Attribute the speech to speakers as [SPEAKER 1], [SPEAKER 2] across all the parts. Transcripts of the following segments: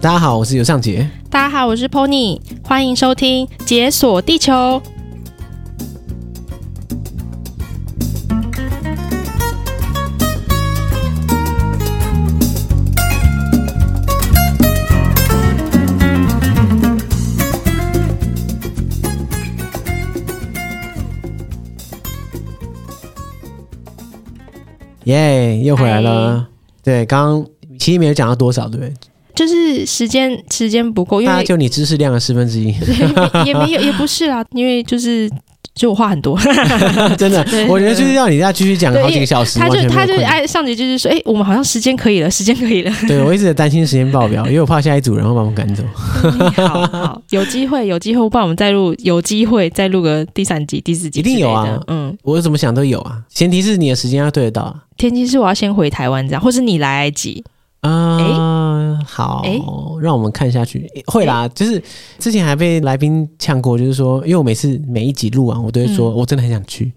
[SPEAKER 1] 大家好，我是尤尚杰。
[SPEAKER 2] 大家好，我是 Pony，欢迎收听《解锁地球》。
[SPEAKER 1] 耶、又回来了。对，刚刚其实没有讲到多少，对不对？
[SPEAKER 2] 就是时间时间不够，因
[SPEAKER 1] 大概
[SPEAKER 2] 为
[SPEAKER 1] 就你知识量的十分之一，
[SPEAKER 2] 也没有也不是啦，因为就是就我话很 多，
[SPEAKER 1] 真的
[SPEAKER 2] 对，
[SPEAKER 1] 我觉得就是要你再继续讲
[SPEAKER 2] 对
[SPEAKER 1] 好几个小时，
[SPEAKER 2] 他
[SPEAKER 1] 完
[SPEAKER 2] 就
[SPEAKER 1] 全没
[SPEAKER 2] 他
[SPEAKER 1] 有
[SPEAKER 2] 就
[SPEAKER 1] 困难。
[SPEAKER 2] 哎上级就是说，哎、我们好像时间可以了，时间可以了，
[SPEAKER 1] 对我一直在担心时间报 表，因为我怕下一组然后把我们赶走。
[SPEAKER 2] 好好，有机会有机会，不然我们再录，有机会再录个第三集、第四集，
[SPEAKER 1] 一定有啊，
[SPEAKER 2] 嗯。
[SPEAKER 1] 我怎么想都有啊，前提是你的时间要对得到啊。
[SPEAKER 2] 天气是我要先回台湾这样，或是你来埃及，
[SPEAKER 1] 啊、好，
[SPEAKER 2] 诶
[SPEAKER 1] 让我们看下去。诶会啦，就是之前还被来宾呛过，就是说，因为我每次每一集录完，我都会
[SPEAKER 2] 嗯
[SPEAKER 1] 说、我真的很想去，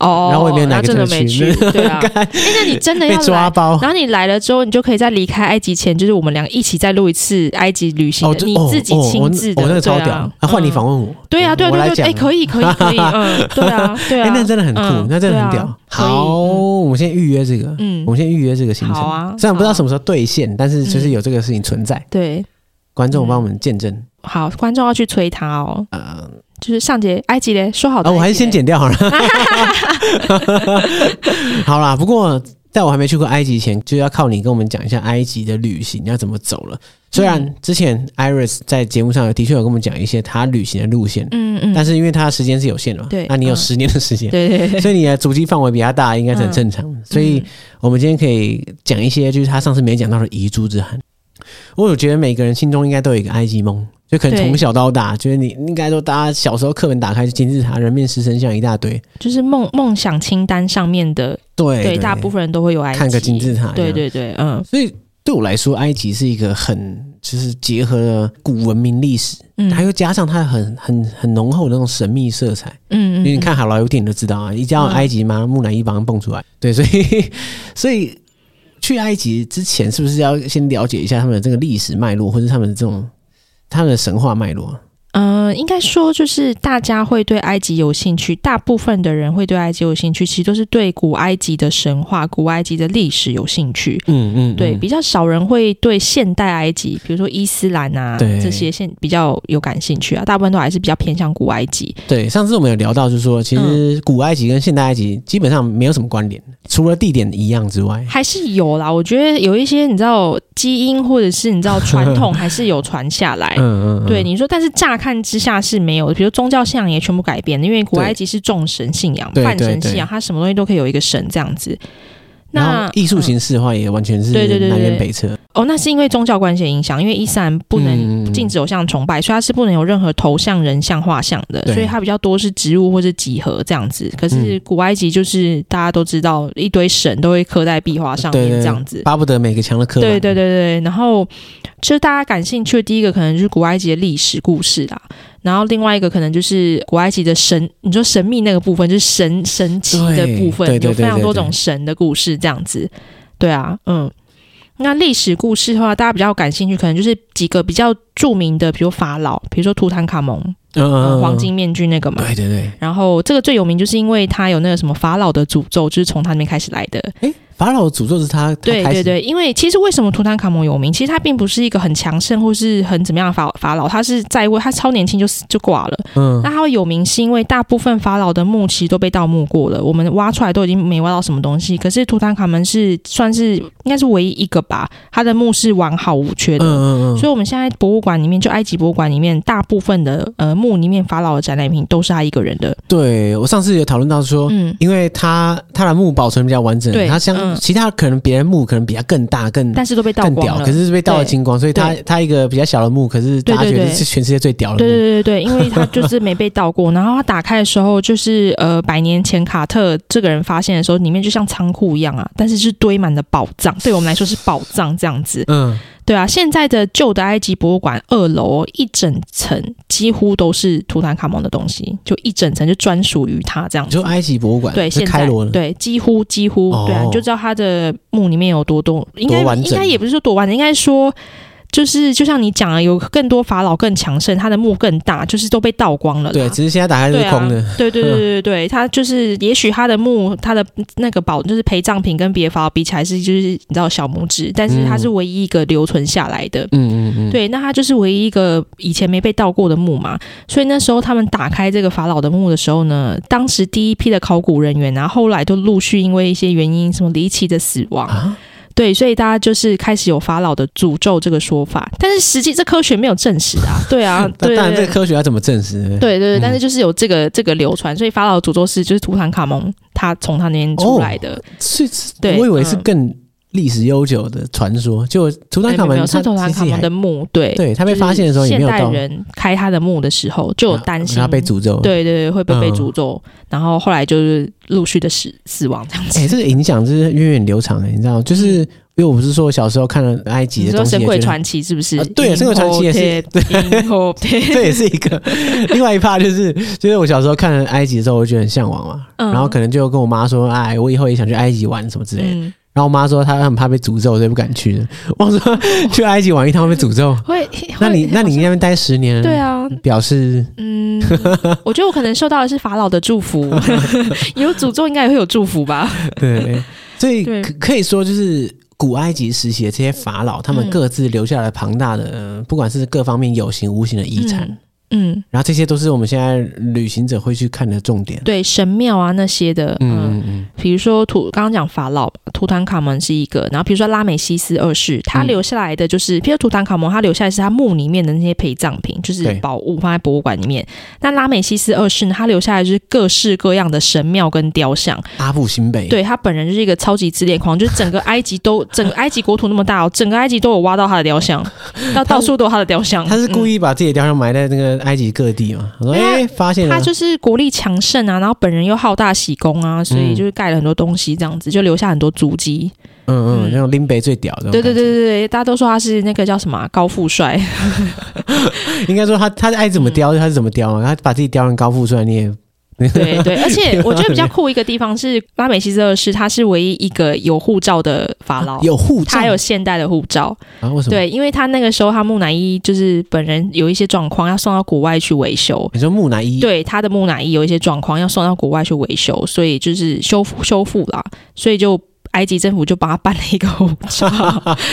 [SPEAKER 2] 哦，
[SPEAKER 1] 然后我也没有哪
[SPEAKER 2] 然后
[SPEAKER 1] 个
[SPEAKER 2] 真的没
[SPEAKER 1] 真的
[SPEAKER 2] 去，
[SPEAKER 1] 去
[SPEAKER 2] 对啊。哎、那你真的
[SPEAKER 1] 被
[SPEAKER 2] 要来
[SPEAKER 1] 抓包。
[SPEAKER 2] 然后你来了之后，你就可以在离开埃及前，就是我们俩一起再录一次埃及旅行
[SPEAKER 1] 哦，
[SPEAKER 2] 的，
[SPEAKER 1] 这
[SPEAKER 2] 你
[SPEAKER 1] 哦
[SPEAKER 2] 自己
[SPEAKER 1] 哦
[SPEAKER 2] 亲
[SPEAKER 1] 我
[SPEAKER 2] 自
[SPEAKER 1] 我
[SPEAKER 2] 的，
[SPEAKER 1] 那个
[SPEAKER 2] 对
[SPEAKER 1] 超屌，
[SPEAKER 2] 啊，
[SPEAKER 1] 啊换你
[SPEAKER 2] 嗯
[SPEAKER 1] 访问我，
[SPEAKER 2] 对啊，对啊
[SPEAKER 1] 我来
[SPEAKER 2] 对对，
[SPEAKER 1] 讲
[SPEAKER 2] 哎，可以，可以，可以，嗯，对啊，对
[SPEAKER 1] 哎、
[SPEAKER 2] 啊，
[SPEAKER 1] 那真的很酷，
[SPEAKER 2] 嗯
[SPEAKER 1] 那真的很
[SPEAKER 2] 对
[SPEAKER 1] 屌。
[SPEAKER 2] 啊
[SPEAKER 1] 好，
[SPEAKER 2] 可以嗯
[SPEAKER 1] 我们先预约这个，
[SPEAKER 2] 嗯
[SPEAKER 1] 我，们先预约这个行程。
[SPEAKER 2] 好啊
[SPEAKER 1] 虽然不知道
[SPEAKER 2] 好啊
[SPEAKER 1] 什么时候兑现，但是就是
[SPEAKER 2] 嗯
[SPEAKER 1] 有这个事情存在，
[SPEAKER 2] 对，
[SPEAKER 1] 观众
[SPEAKER 2] 嗯
[SPEAKER 1] 帮我们见证。
[SPEAKER 2] 好，观众要去催他哦，
[SPEAKER 1] 呃，
[SPEAKER 2] 就是上节埃及嘞，说好
[SPEAKER 1] 啊，
[SPEAKER 2] 的埃及嘞，
[SPEAKER 1] 我还是先剪掉 好了。 好啦，不过在我还没去过埃及前，就要靠你跟我们讲一下埃及的旅行要怎么走了。虽
[SPEAKER 2] 嗯
[SPEAKER 1] 然之前 Iris 在节目上有的确有跟我们讲一些她旅行的路线，
[SPEAKER 2] 嗯，嗯嗯，
[SPEAKER 1] 但是因为她的时间是有限的嘛，
[SPEAKER 2] 对
[SPEAKER 1] 那你有
[SPEAKER 2] 嗯
[SPEAKER 1] 十年的时间，
[SPEAKER 2] 对对 对，
[SPEAKER 1] 所以你的足迹范围比她大，应该是很
[SPEAKER 2] 嗯
[SPEAKER 1] 正常的。所以我们今天可以讲一些就是她上次没讲到的遗珠之憾。我有觉得每个人心中应该都有一个埃及梦，就可能
[SPEAKER 2] 对
[SPEAKER 1] 从小到大，就是你应该说大家小时候课本打开就金字塔、人面狮身像一大堆，
[SPEAKER 2] 就是梦梦想清单上面的，
[SPEAKER 1] 对
[SPEAKER 2] 对，大部分人都会有埃及，
[SPEAKER 1] 看个金字塔，
[SPEAKER 2] 对。对对，嗯
[SPEAKER 1] 所以对我来说，埃及是一个很就是结合了古文明历史，
[SPEAKER 2] 嗯，
[SPEAKER 1] 它又加上它很很很浓厚的那种神秘色彩。
[SPEAKER 2] 嗯嗯，
[SPEAKER 1] 因为你
[SPEAKER 2] 嗯
[SPEAKER 1] 看好莱坞电影就知道啊，一加到埃及嘛，木乃伊马上蹦出来。对，所以 所以去埃及之前，是不是要先了解一下他们的这个历史脉络，或者他们的这种他们的神话脉络？啊
[SPEAKER 2] 呃，应该说就是大家会对埃及有兴趣，大部分的人会对埃及有兴趣，其实都是对古埃及的神话、古埃及的历史有兴趣。
[SPEAKER 1] 嗯嗯，
[SPEAKER 2] 对，比较少人会对现代埃及，比如说伊斯兰啊
[SPEAKER 1] 对
[SPEAKER 2] 这些现比较有感兴趣啊，大部分都还是比较偏向古埃及。
[SPEAKER 1] 对。上次我们有聊到，就是说，其实古埃及跟现代埃及基本上没有什么关联，除了地点一样之外。
[SPEAKER 2] 还是有啦，我觉得有一些你知道基因或者是你知道 传统还是有传下来。
[SPEAKER 1] 嗯嗯，嗯
[SPEAKER 2] 对，你说，但是乍看之下是没有的，比如宗教信仰也全部改变了，因为古
[SPEAKER 1] 对
[SPEAKER 2] 埃及是众神信仰、
[SPEAKER 1] 对
[SPEAKER 2] 泛神
[SPEAKER 1] 对对
[SPEAKER 2] 信仰，它什么东西都可以有一个神这样子。
[SPEAKER 1] 然
[SPEAKER 2] 那
[SPEAKER 1] 后艺术、形式的话，也完全是
[SPEAKER 2] 对对对对
[SPEAKER 1] 南辕北辙。
[SPEAKER 2] 嗯哦，那是因为宗教关系的影响，因为伊斯兰不能
[SPEAKER 1] 嗯
[SPEAKER 2] 禁止偶像崇拜，所以它是不能有任何头像、人像、画像的，
[SPEAKER 1] 对嗯
[SPEAKER 2] 所以它比较多是植物或是几何这样子。可是古埃及就是大家都知道，一堆神都会刻在壁画上
[SPEAKER 1] 对
[SPEAKER 2] 面
[SPEAKER 1] 对
[SPEAKER 2] 这样子。
[SPEAKER 1] 巴不得每个墙的刻板。
[SPEAKER 2] 对对对对，然后其实大家感兴趣的第一个可能就是古埃及的历史故事啦，然后另外一个可能就是古埃及的神，你说神秘那个部分就是神神奇的
[SPEAKER 1] 对
[SPEAKER 2] 部分
[SPEAKER 1] 对，对
[SPEAKER 2] 有非
[SPEAKER 1] 对
[SPEAKER 2] 常
[SPEAKER 1] 对
[SPEAKER 2] 多
[SPEAKER 1] 对
[SPEAKER 2] 种神的故事这样子。对啊，嗯。那历史故事的话，大家比较感兴趣，可能就是几个比较著名的，比如法老，比如说图坦卡蒙、
[SPEAKER 1] 嗯，嗯
[SPEAKER 2] 呃
[SPEAKER 1] 嗯
[SPEAKER 2] 黄金面具那个嘛。
[SPEAKER 1] 对对对，
[SPEAKER 2] 然后这个最有名，就是因为他有那个什么法老的诅咒，就是从他那边开始来的。
[SPEAKER 1] 哎，法老诅咒是他，他
[SPEAKER 2] 对
[SPEAKER 1] 开始
[SPEAKER 2] 对对，因为其实为什么图坦卡蒙有名？其实他并不是一个很强盛或是很怎么样的法法老，他是在位，他超年轻就死就挂了。
[SPEAKER 1] 嗯
[SPEAKER 2] 那他会有名是因为大部分法老的墓其实都被盗墓过了，我们挖出来都已经没挖到什么东西。可是图坦卡蒙是算是应该是唯一一个吧，他的墓是完好无缺
[SPEAKER 1] 嗯
[SPEAKER 2] 的。
[SPEAKER 1] 嗯嗯，
[SPEAKER 2] 所以，我们现在博物馆里面，就埃及博物馆里面，大部分的呃墓里面法老的展览品都是他一个人的。
[SPEAKER 1] 对我上次有讨论到说，
[SPEAKER 2] 嗯，
[SPEAKER 1] 因为他他的墓保存比较完整，
[SPEAKER 2] 对
[SPEAKER 1] 他相、
[SPEAKER 2] 嗯
[SPEAKER 1] 其他可能别人墓可能比他更大更
[SPEAKER 2] 但是都被盗
[SPEAKER 1] 更
[SPEAKER 2] 光
[SPEAKER 1] 屌，
[SPEAKER 2] 了。
[SPEAKER 1] 可是是被盗了精光，所以他他一个比较小的墓，可是大家
[SPEAKER 2] 对对
[SPEAKER 1] 觉得
[SPEAKER 2] 对
[SPEAKER 1] 是全世界最屌的
[SPEAKER 2] 对
[SPEAKER 1] 墓。
[SPEAKER 2] 对对对，因为他就是没被盗过，然后他打开的时候，就是呃，百年前卡特这个人发现的时候，里面就像仓库一样啊，但是是堆满了宝藏，对我们来说是宝藏这样子。
[SPEAKER 1] 嗯，
[SPEAKER 2] 对啊，现在的旧的埃及博物馆二楼哦一整层几乎都是图坦卡蒙的东西，就一整层就专属于他这样
[SPEAKER 1] 你
[SPEAKER 2] 子
[SPEAKER 1] 说。埃及博物馆
[SPEAKER 2] 对，
[SPEAKER 1] 是
[SPEAKER 2] 现
[SPEAKER 1] 开
[SPEAKER 2] 在
[SPEAKER 1] 罗了，
[SPEAKER 2] 对几乎几乎、
[SPEAKER 1] 哦
[SPEAKER 2] 对啊，你就知道他的墓里面有多多，应该
[SPEAKER 1] 多完整
[SPEAKER 2] 应该也不是说多完整，应该说就是就像你讲啊，有更多法老更强盛，他的墓更大，就是都被盗光了啦。
[SPEAKER 1] 对，只是现在打开都
[SPEAKER 2] 对
[SPEAKER 1] 是
[SPEAKER 2] 啊
[SPEAKER 1] 空的，
[SPEAKER 2] 对 对对对对，他就是也许他的墓，他的那个宝就是陪葬品跟别的法宝比起来是就是你知道小拇指，但是它
[SPEAKER 1] 嗯
[SPEAKER 2] 是唯一一个留存下来的。
[SPEAKER 1] 嗯嗯嗯，
[SPEAKER 2] 对，那它就是唯一一个以前没被盗过的墓嘛，所以那时候他们打开这个法老的墓的时候呢，当时第一批的考古人员啊，后来都陆续因为一些原因，什么离奇的死亡，
[SPEAKER 1] 啊，
[SPEAKER 2] 对，所以大家就是开始有法老的诅咒这个说法，但是实际这科学没有证实 啊，对啊，
[SPEAKER 1] 那
[SPEAKER 2] 对
[SPEAKER 1] 当然这
[SPEAKER 2] 对
[SPEAKER 1] 个科学要怎么证实？对不对
[SPEAKER 2] 对对对，但是
[SPEAKER 1] 嗯
[SPEAKER 2] 就是有这个这个流传，所以法老的诅咒是就是图坦卡蒙他从他那边出来
[SPEAKER 1] 哦
[SPEAKER 2] 的，
[SPEAKER 1] 是，
[SPEAKER 2] 对
[SPEAKER 1] 我以为是
[SPEAKER 2] 嗯
[SPEAKER 1] 更历史悠久的传说，就图坦
[SPEAKER 2] 哎
[SPEAKER 1] 卡
[SPEAKER 2] 没
[SPEAKER 1] 蒙
[SPEAKER 2] 有是
[SPEAKER 1] 他
[SPEAKER 2] 图坦
[SPEAKER 1] 其
[SPEAKER 2] 卡
[SPEAKER 1] 实也
[SPEAKER 2] 蒙
[SPEAKER 1] 还，
[SPEAKER 2] 的墓，对，
[SPEAKER 1] 对他被发现的时候也
[SPEAKER 2] 现
[SPEAKER 1] 没有
[SPEAKER 2] 代
[SPEAKER 1] 到，啊
[SPEAKER 2] 人开他的墓的时候就有担心
[SPEAKER 1] 然后被诅咒，。
[SPEAKER 2] 对对对，会被被
[SPEAKER 1] 嗯
[SPEAKER 2] 诅咒，然后后来就是陆续的死死亡这样子。
[SPEAKER 1] 哎、这个影响就是源远流长的、欸你知道，就是因为我不是说我小时候看了埃及
[SPEAKER 2] 嗯你
[SPEAKER 1] 的
[SPEAKER 2] 说
[SPEAKER 1] 东西，
[SPEAKER 2] 《神
[SPEAKER 1] 也
[SPEAKER 2] 鬼
[SPEAKER 1] 觉得
[SPEAKER 2] 传奇》是不是
[SPEAKER 1] 啊？对神鬼传奇也是
[SPEAKER 2] 对，对，
[SPEAKER 1] 这也是一个另外一趴，就是就是我小时候看了埃及的时候，我就觉得很向往嘛，
[SPEAKER 2] 嗯
[SPEAKER 1] 然后可能就跟我妈说，哎，我以后也想去埃及玩什么之类的。
[SPEAKER 2] 嗯，
[SPEAKER 1] 然后我妈说她很怕被诅咒，所以不敢去的。我说去埃及玩一趟会被诅咒，
[SPEAKER 2] 哦会，
[SPEAKER 1] 那你
[SPEAKER 2] 会
[SPEAKER 1] 那你
[SPEAKER 2] 好
[SPEAKER 1] 那边待十年，
[SPEAKER 2] 像对，啊，
[SPEAKER 1] 表示
[SPEAKER 2] 嗯，我觉得我可能受到的是法老的 祝福，有诅咒应该也会有祝福吧？
[SPEAKER 1] 对，所以
[SPEAKER 2] 嗯对
[SPEAKER 1] 可可以说就是。古埃及时期的这些法老，他们
[SPEAKER 2] 嗯
[SPEAKER 1] 各自留下了庞大的、呃不管是各方面有形无形的遗产，
[SPEAKER 2] 嗯，嗯，
[SPEAKER 1] 然后这些都是我们现在旅行者会去看的重点。
[SPEAKER 2] 对，神庙啊那些的，嗯
[SPEAKER 1] 嗯嗯嗯，
[SPEAKER 2] 比如说图，刚刚讲法老图坦卡蒙是一个，然后比如说拉美西斯二世，他留下来的
[SPEAKER 1] 嗯
[SPEAKER 2] 就是，比如图坦卡蒙他留下来是他墓里面的那些陪葬品，就是
[SPEAKER 1] 对
[SPEAKER 2] 宝物放在博物馆里面。那拉美西斯二世呢，他留下来就是各式各样的神庙跟雕像。
[SPEAKER 1] 阿布辛贝，
[SPEAKER 2] 对他本人就是一个超级自恋狂，就是整个埃及都， 整个埃及国土那么大哦，整个埃及都有挖到他的雕 像，到到处都有他的雕像。
[SPEAKER 1] 他是故
[SPEAKER 2] 意、
[SPEAKER 1] 意把自己的雕像埋在那个埃及各地嘛？我说
[SPEAKER 2] 对啊
[SPEAKER 1] 哎、发现
[SPEAKER 2] 他
[SPEAKER 1] 了，
[SPEAKER 2] 就是国力强盛啊，然后本人又好大喜功啊，所以就是盖了很多东西，这样子就留下很多足迹。
[SPEAKER 1] 嗯嗯，
[SPEAKER 2] 嗯
[SPEAKER 1] 那种林北最屌的，
[SPEAKER 2] 对对对，对对，大家都说他是那个叫什么啊、高富帅，
[SPEAKER 1] 应该说他他爱怎么雕他是怎么雕嘛，他把自己雕成高富帅，你也
[SPEAKER 2] 对 对，而
[SPEAKER 1] 啊
[SPEAKER 2] 且我觉得比较酷一个地方是拉美西斯二世，他是唯一一个有护照的法老。
[SPEAKER 1] 有护照，
[SPEAKER 2] 他有现代的护照，
[SPEAKER 1] 啊？为什么？，
[SPEAKER 2] 对，因为他那个时候他木乃伊就是本人有一些状况，要送到国外去维修。
[SPEAKER 1] 你说木乃伊，
[SPEAKER 2] 对，他的木乃伊有一些状况，要送到国外去维修，所以就是修复修复啦，所以就埃及政府就帮他办了一个护 照，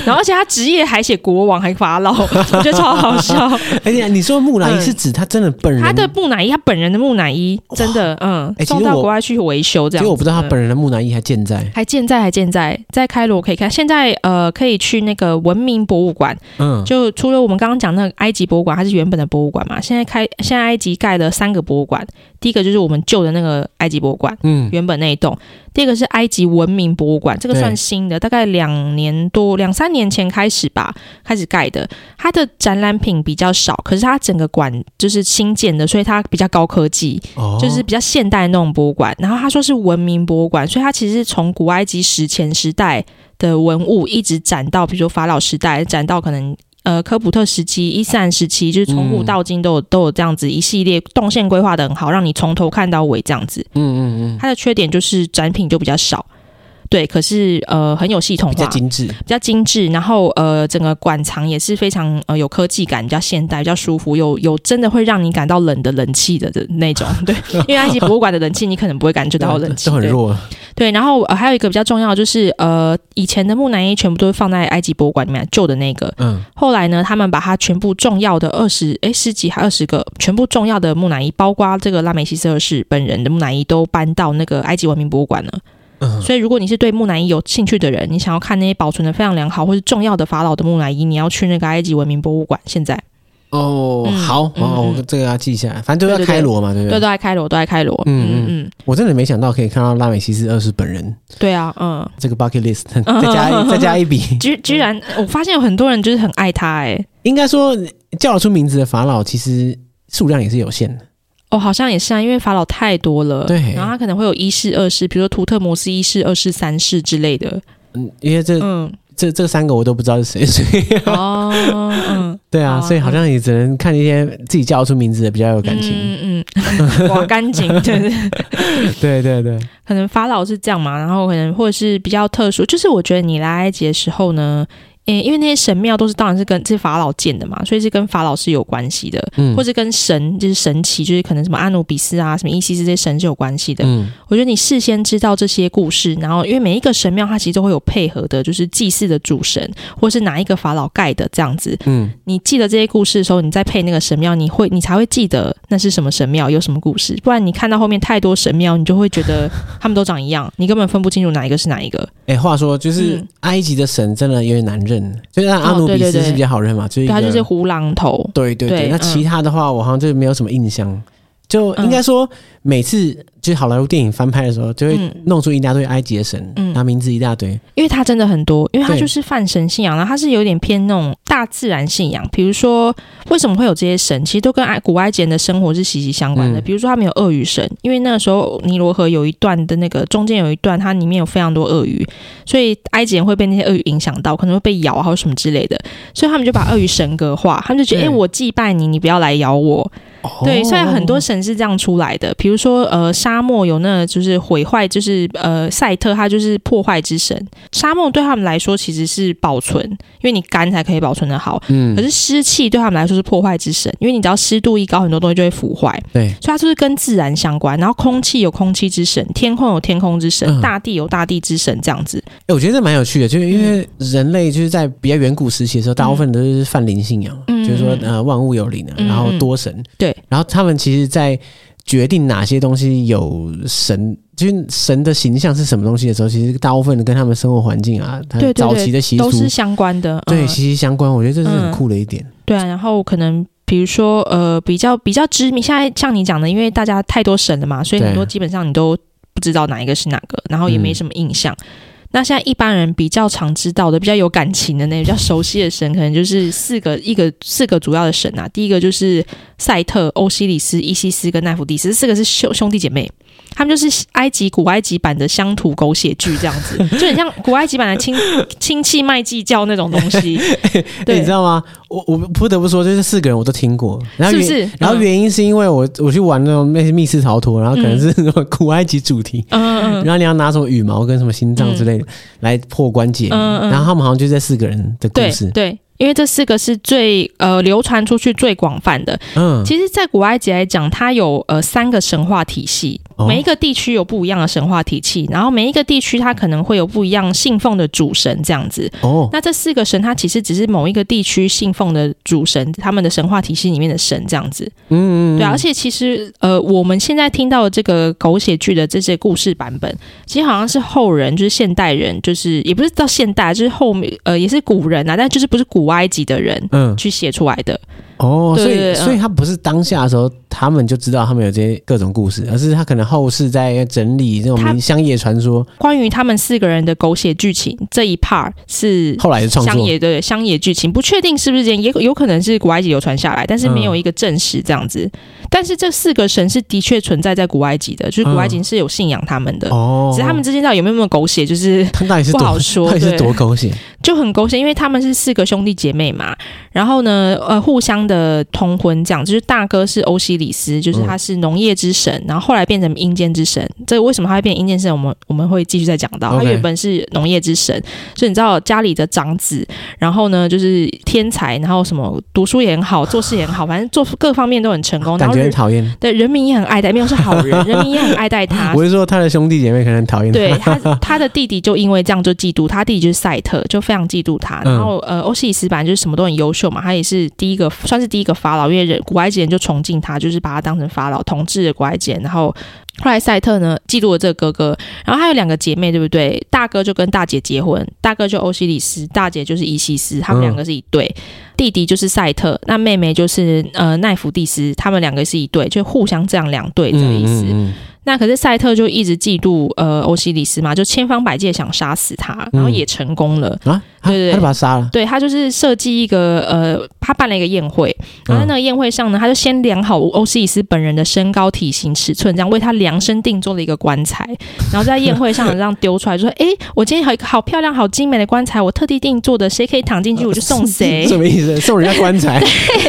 [SPEAKER 2] 然后而且他职业还写国王还法老，我觉得超好笑。
[SPEAKER 1] 而且哎你说木乃伊
[SPEAKER 2] 嗯
[SPEAKER 1] 是指他真的本人，
[SPEAKER 2] 他的木乃伊，他本人的木乃伊，真的，嗯，
[SPEAKER 1] 欸其实
[SPEAKER 2] 送到
[SPEAKER 1] 我
[SPEAKER 2] 国外去维修
[SPEAKER 1] 结
[SPEAKER 2] 这样子。
[SPEAKER 1] 果我不知道他
[SPEAKER 2] 嗯
[SPEAKER 1] 本人的木乃伊还健在，
[SPEAKER 2] 还健在，还健在，在开罗可以看。现在呃，可以去那个文明博物馆，
[SPEAKER 1] 嗯，
[SPEAKER 2] 就除了我们刚刚讲那个埃及博物馆，它是原本的博物馆嘛。现在开，现在埃及盖了三个博物馆，第一个就是我们旧的那个埃及博物馆。
[SPEAKER 1] 嗯，
[SPEAKER 2] 原本那一栋，第二个是埃及文明博物馆，这个
[SPEAKER 1] 对
[SPEAKER 2] 算新的，大概两年多、两三年前开始吧，开始盖的。它的展览品比较少，可是它整个馆就是新建的，所以它比较高科技。
[SPEAKER 1] 哦，
[SPEAKER 2] 就是比较现代那种博物馆。然后他说是文明博物馆，所以它其实是从古埃及史前时代的文物一直展到，比如说法老时代，展到可能。呃，科普特时期、伊斯兰时期，就是从古
[SPEAKER 1] 嗯
[SPEAKER 2] 到今都有、都有这样子一系列动线规划的很好，让你从头看到尾这样子。
[SPEAKER 1] 嗯嗯嗯，
[SPEAKER 2] 它的缺点就是展品就比较少，对，可是呃很有系统
[SPEAKER 1] 比较
[SPEAKER 2] 化，
[SPEAKER 1] 精致，
[SPEAKER 2] 比较精致，然后呃，整个馆藏也是非常呃有科技感，比较现代，比较舒服，有有真的会让你感到冷的冷气的的那种， 对，因为埃及博物馆的冷气你可能不会感觉到
[SPEAKER 1] 都
[SPEAKER 2] 冷气，
[SPEAKER 1] 都很
[SPEAKER 2] 对
[SPEAKER 1] 弱，
[SPEAKER 2] 对，然后、呃、还有一个比较重要的就是呃，以前的木乃伊全部都是放在埃及博物馆里面旧的那个，
[SPEAKER 1] 嗯，
[SPEAKER 2] 后来呢，他们把它全部重要的二十诶十几还二十个全部重要的木乃伊，包括这个拉美西斯二世本人的木乃伊，都搬到那个埃及文明博物馆了。
[SPEAKER 1] 嗯
[SPEAKER 2] 所以，如果你是对木乃伊有兴趣的人，你想要看那些保存的非常良好或是重要的法老的木乃伊，你要去那个埃及文明博物馆。现在，
[SPEAKER 1] 哦，
[SPEAKER 2] 嗯
[SPEAKER 1] 好，
[SPEAKER 2] 嗯
[SPEAKER 1] 哦，我
[SPEAKER 2] 嗯
[SPEAKER 1] 这个要记下来，反正都
[SPEAKER 2] 对
[SPEAKER 1] 要
[SPEAKER 2] 对
[SPEAKER 1] 开
[SPEAKER 2] 对
[SPEAKER 1] 罗嘛，对不
[SPEAKER 2] 对，
[SPEAKER 1] 对
[SPEAKER 2] 都？在开罗，都在开罗。
[SPEAKER 1] 嗯
[SPEAKER 2] 嗯嗯，
[SPEAKER 1] 我真的没想到可以看到拉美西斯二世本人，
[SPEAKER 2] 对啊，嗯，
[SPEAKER 1] 这个 bucket list 再加再加一笔，
[SPEAKER 2] 居居然我发现有很多人就是很爱他、欸，哎，
[SPEAKER 1] 应该说叫得出名字的法老其实数量也是有限的。
[SPEAKER 2] 哦，好像也是啊，因为法老太多了，
[SPEAKER 1] 对
[SPEAKER 2] 然后他可能会有一世、二世，比如说图特摩斯一世、二世、三世之类的，
[SPEAKER 1] 嗯，因为这、
[SPEAKER 2] 嗯，
[SPEAKER 1] 这这三个我都不知道是谁，所以
[SPEAKER 2] 哦，嗯，
[SPEAKER 1] 对啊，
[SPEAKER 2] 好啊
[SPEAKER 1] 所以好像也只能看一些自己叫得出名字的比较有感情。
[SPEAKER 2] 嗯嗯，哇，干净，对对，
[SPEAKER 1] 对对对，
[SPEAKER 2] 可能法老是这样嘛，然后可能或者是比较特殊，就是我觉得你来埃及的时候呢，诶、因为那些神庙都是当然是跟是法老建的嘛，所以是跟法老是有关系的，
[SPEAKER 1] 嗯
[SPEAKER 2] 或者跟神就是神奇，就是可能什么阿努比斯啊、什么伊西斯这些神是有关系的。
[SPEAKER 1] 嗯
[SPEAKER 2] 我觉得你事先知道这些故事，然后因为每一个神庙它其实都会有配合的，就是祭祀的主神，或是哪一个法老盖的这样子。
[SPEAKER 1] 嗯，
[SPEAKER 2] 你记得这些故事的时候，你再配那个神庙，你会你才会记得那是什么神庙，有什么故事。不然你看到后面太多神庙，你就会觉得他们都长一样，你根本分不清楚哪一个是哪一个。
[SPEAKER 1] 哎、话说就是
[SPEAKER 2] 嗯
[SPEAKER 1] 埃及的神真的有点难认，就是那阿
[SPEAKER 2] 哦
[SPEAKER 1] 努
[SPEAKER 2] 对
[SPEAKER 1] 比
[SPEAKER 2] 对
[SPEAKER 1] 斯
[SPEAKER 2] 对
[SPEAKER 1] 是比较好认嘛，就是一
[SPEAKER 2] 对，它
[SPEAKER 1] 个
[SPEAKER 2] 就是胡狼头。
[SPEAKER 1] 对对对，
[SPEAKER 2] 对
[SPEAKER 1] 那
[SPEAKER 2] 嗯
[SPEAKER 1] 其他的话，我好像就没有什么印象。就
[SPEAKER 2] 嗯
[SPEAKER 1] 应该说，每次就是好莱坞电影翻拍的时候，就会
[SPEAKER 2] 嗯
[SPEAKER 1] 弄出一大堆埃及的神，
[SPEAKER 2] 嗯
[SPEAKER 1] 拿名字一大堆。
[SPEAKER 2] 因为它真的很多，因为它
[SPEAKER 1] 对
[SPEAKER 2] 就是泛神信仰，然后它是有点偏那种大自然信仰。比如说，为什么会有这些神？其实都跟埃古埃及人的生活是息息相关的。
[SPEAKER 1] 嗯
[SPEAKER 2] 比如说，他们有鳄鱼神，因为那个时候尼罗河有一段的那个中间有一段，它里面有非常多鳄鱼，所以埃及人会被那些鳄鱼影响到，可能会被咬啊，还有什么之类的，所以他们就把鳄鱼神格化，他们就觉得，哎、
[SPEAKER 1] 对
[SPEAKER 2] 我祭拜你，你不要来咬我。
[SPEAKER 1] 哦
[SPEAKER 2] 对，虽然很多神是这样出来的，比如说呃，沙漠有那个就是毁坏，就是呃，赛特他就是破坏之神。沙漠对他们来说其实是保存，因为你干才可以保存的好。
[SPEAKER 1] 嗯
[SPEAKER 2] 可，是湿气对他们来说是破坏之神，因为你只要湿度一高，很多东西就会腐坏，
[SPEAKER 1] 对，
[SPEAKER 2] 所以它就是跟自然相关。然后空气有空气之神，天空有天空之神，
[SPEAKER 1] 嗯
[SPEAKER 2] 大地有大地之神，这样子。
[SPEAKER 1] 哎、我觉得这蛮有趣的，就是因为
[SPEAKER 2] 嗯
[SPEAKER 1] 人类就是在比较远古时期的时候，大部分都是泛灵信仰，
[SPEAKER 2] 嗯
[SPEAKER 1] 就是说
[SPEAKER 2] 嗯
[SPEAKER 1] 呃万物有灵啊，
[SPEAKER 2] 嗯
[SPEAKER 1] 然后
[SPEAKER 2] 嗯
[SPEAKER 1] 多神。
[SPEAKER 2] 对，
[SPEAKER 1] 然后他们其实，在决定哪些东西有神，就是神的形象是什么东西的时候，其实大部分跟他们生活环境啊，他
[SPEAKER 2] 对对对
[SPEAKER 1] 早期的习
[SPEAKER 2] 都
[SPEAKER 1] 俗
[SPEAKER 2] 是相关的。
[SPEAKER 1] 对
[SPEAKER 2] 嗯
[SPEAKER 1] 息息相关，我觉得这是很
[SPEAKER 2] 嗯
[SPEAKER 1] 酷的一点。
[SPEAKER 2] 对啊，然后可能比如说呃，比较比较知名，现在像你讲的，因为大家太多神了嘛，所以
[SPEAKER 1] 对
[SPEAKER 2] 很多基本上你都不知道哪一个是哪个，然后也没
[SPEAKER 1] 嗯
[SPEAKER 2] 什么印象。那现在一般人比较常知道的、比较有感情的那比较熟悉的神，可能就是四个一个四个主要的神啊。第一个就是赛特、欧西里斯、伊西斯跟奈芙蒂斯，这四个是兄兄弟姐妹，他们就是埃及古埃及版的乡土狗血剧这样子，就很像古埃及版的亲 亲戚卖计较那种东 西。
[SPEAKER 1] 欸
[SPEAKER 2] 对，
[SPEAKER 1] 你知道吗？我我不得不说，就是四个人我都听过，然后
[SPEAKER 2] 是不
[SPEAKER 1] 原
[SPEAKER 2] 是？
[SPEAKER 1] 然后
[SPEAKER 2] 嗯
[SPEAKER 1] 原因是因为我我去玩那种那些密室逃脱，然后可能
[SPEAKER 2] 嗯
[SPEAKER 1] 是什么古埃及主题，
[SPEAKER 2] 嗯嗯嗯
[SPEAKER 1] 然后你要拿什么羽毛跟什么心脏之类的、来破关解谜，
[SPEAKER 2] 嗯嗯
[SPEAKER 1] 然后他们好像就这四个人的故
[SPEAKER 2] 对
[SPEAKER 1] 事，
[SPEAKER 2] 对，因为这四个是最呃流传出去最广泛的。
[SPEAKER 1] 嗯，
[SPEAKER 2] 其实，在古埃及来讲，它有呃三个神话体系，
[SPEAKER 1] 哦
[SPEAKER 2] 每一个地区有不一样的神话体系，然后每一个地区它可能会有不一样信奉的主神这样子。
[SPEAKER 1] 哦，
[SPEAKER 2] 那这四个神，它其实只是某一个地区信奉的主神，他们的神话体系里面的神这样子。
[SPEAKER 1] 嗯，嗯
[SPEAKER 2] 对
[SPEAKER 1] 嗯
[SPEAKER 2] 啊，而且其实呃，我们现在听到的这个狗血剧的这些故事版本，其实好像是后人，就是现代人，就是也不是到现代，就是后面呃也是古人啊，但就是不是古埃及的人
[SPEAKER 1] 嗯，
[SPEAKER 2] 去写出来的。
[SPEAKER 1] 哦，
[SPEAKER 2] 对
[SPEAKER 1] 所
[SPEAKER 2] 对
[SPEAKER 1] 以
[SPEAKER 2] 对嗯
[SPEAKER 1] 所以他不是当下的时候，他们就知道他们有这些各种故事，而是他可能后世在整理这种
[SPEAKER 2] 他
[SPEAKER 1] 民乡野传说，
[SPEAKER 2] 关于他们四个人的狗血剧情这一 part 是
[SPEAKER 1] 后来的创
[SPEAKER 2] 乡
[SPEAKER 1] 作，
[SPEAKER 2] 野对乡野剧情，不确定是不是这样，也有可能是古埃及流传下来，但是没有
[SPEAKER 1] 嗯
[SPEAKER 2] 一个证实这样子。但是这四个神是的确存在在古埃及的，就是古埃及是有信仰他们的，
[SPEAKER 1] 嗯哦，
[SPEAKER 2] 只是他们之间到底有没有那么狗血，就是
[SPEAKER 1] 他到底是
[SPEAKER 2] 不
[SPEAKER 1] 多
[SPEAKER 2] 好说
[SPEAKER 1] 到底是
[SPEAKER 2] 对
[SPEAKER 1] 多狗血，
[SPEAKER 2] 就很狗血，因为他们是四个兄弟姐妹嘛，然后呢，呃，互相的通婚，这样就是大哥是欧西里斯，就是他是农业之神，然后后来变成阴间之神。这为什么他会变阴间之神？我们我们会继续再讲到。他
[SPEAKER 1] OK
[SPEAKER 2] 原本是农业之神，所以你知道家里的长子，然后呢就是天才，然后什么读书也很好，做事也很好，反正做各方面都很成哦功。然
[SPEAKER 1] 感
[SPEAKER 2] 后
[SPEAKER 1] 觉
[SPEAKER 2] 人
[SPEAKER 1] 很讨厌。
[SPEAKER 2] 对人民也很爱戴，没有是好 人，人民也很爱戴他。
[SPEAKER 1] 我是说他的兄弟姐妹可能很讨厌他，
[SPEAKER 2] 对 他，他的弟弟就因为这样就嫉妒他，弟弟就是赛特，就非常嫉妒他。
[SPEAKER 1] 嗯
[SPEAKER 2] 然后、呃，欧西里斯本来就是什么都很优秀嘛，他也是第一个，算是第一个法老，因为人古埃及人就崇敬他，就是把他当成法老，统治了古埃及人。然后后来赛特呢嫉妒了这个哥哥，然后还有两个姐妹，对不对？大哥就跟大姐结婚，大哥就欧西里斯，大姐就是伊西斯，他们
[SPEAKER 1] 嗯
[SPEAKER 2] 两个是一对。弟弟就是赛特，那妹妹就是呃奈芙蒂斯，他们两个是一对，就互相这样两对这个意思。
[SPEAKER 1] 嗯
[SPEAKER 2] 那可是赛特就一直嫉妒呃欧西里斯嘛，就千方百计地想杀死他，然后也成功了。
[SPEAKER 1] 嗯、啊，他
[SPEAKER 2] 对对对
[SPEAKER 1] 他就把他杀了，
[SPEAKER 2] 对他就是设计一个呃，他办了一个宴会，然后
[SPEAKER 1] 嗯
[SPEAKER 2] 在那个宴会上呢，他就先量好欧西里斯本人的身高、体型、尺寸，这样为他量身定做了一个棺材，然后在宴会上这样丢出来，就说：“诶，我今天有一个好漂亮、好精美的棺材，我特地定做的，谁可以躺进去我就送 谁。”
[SPEAKER 1] 什么意思？送人家棺 材，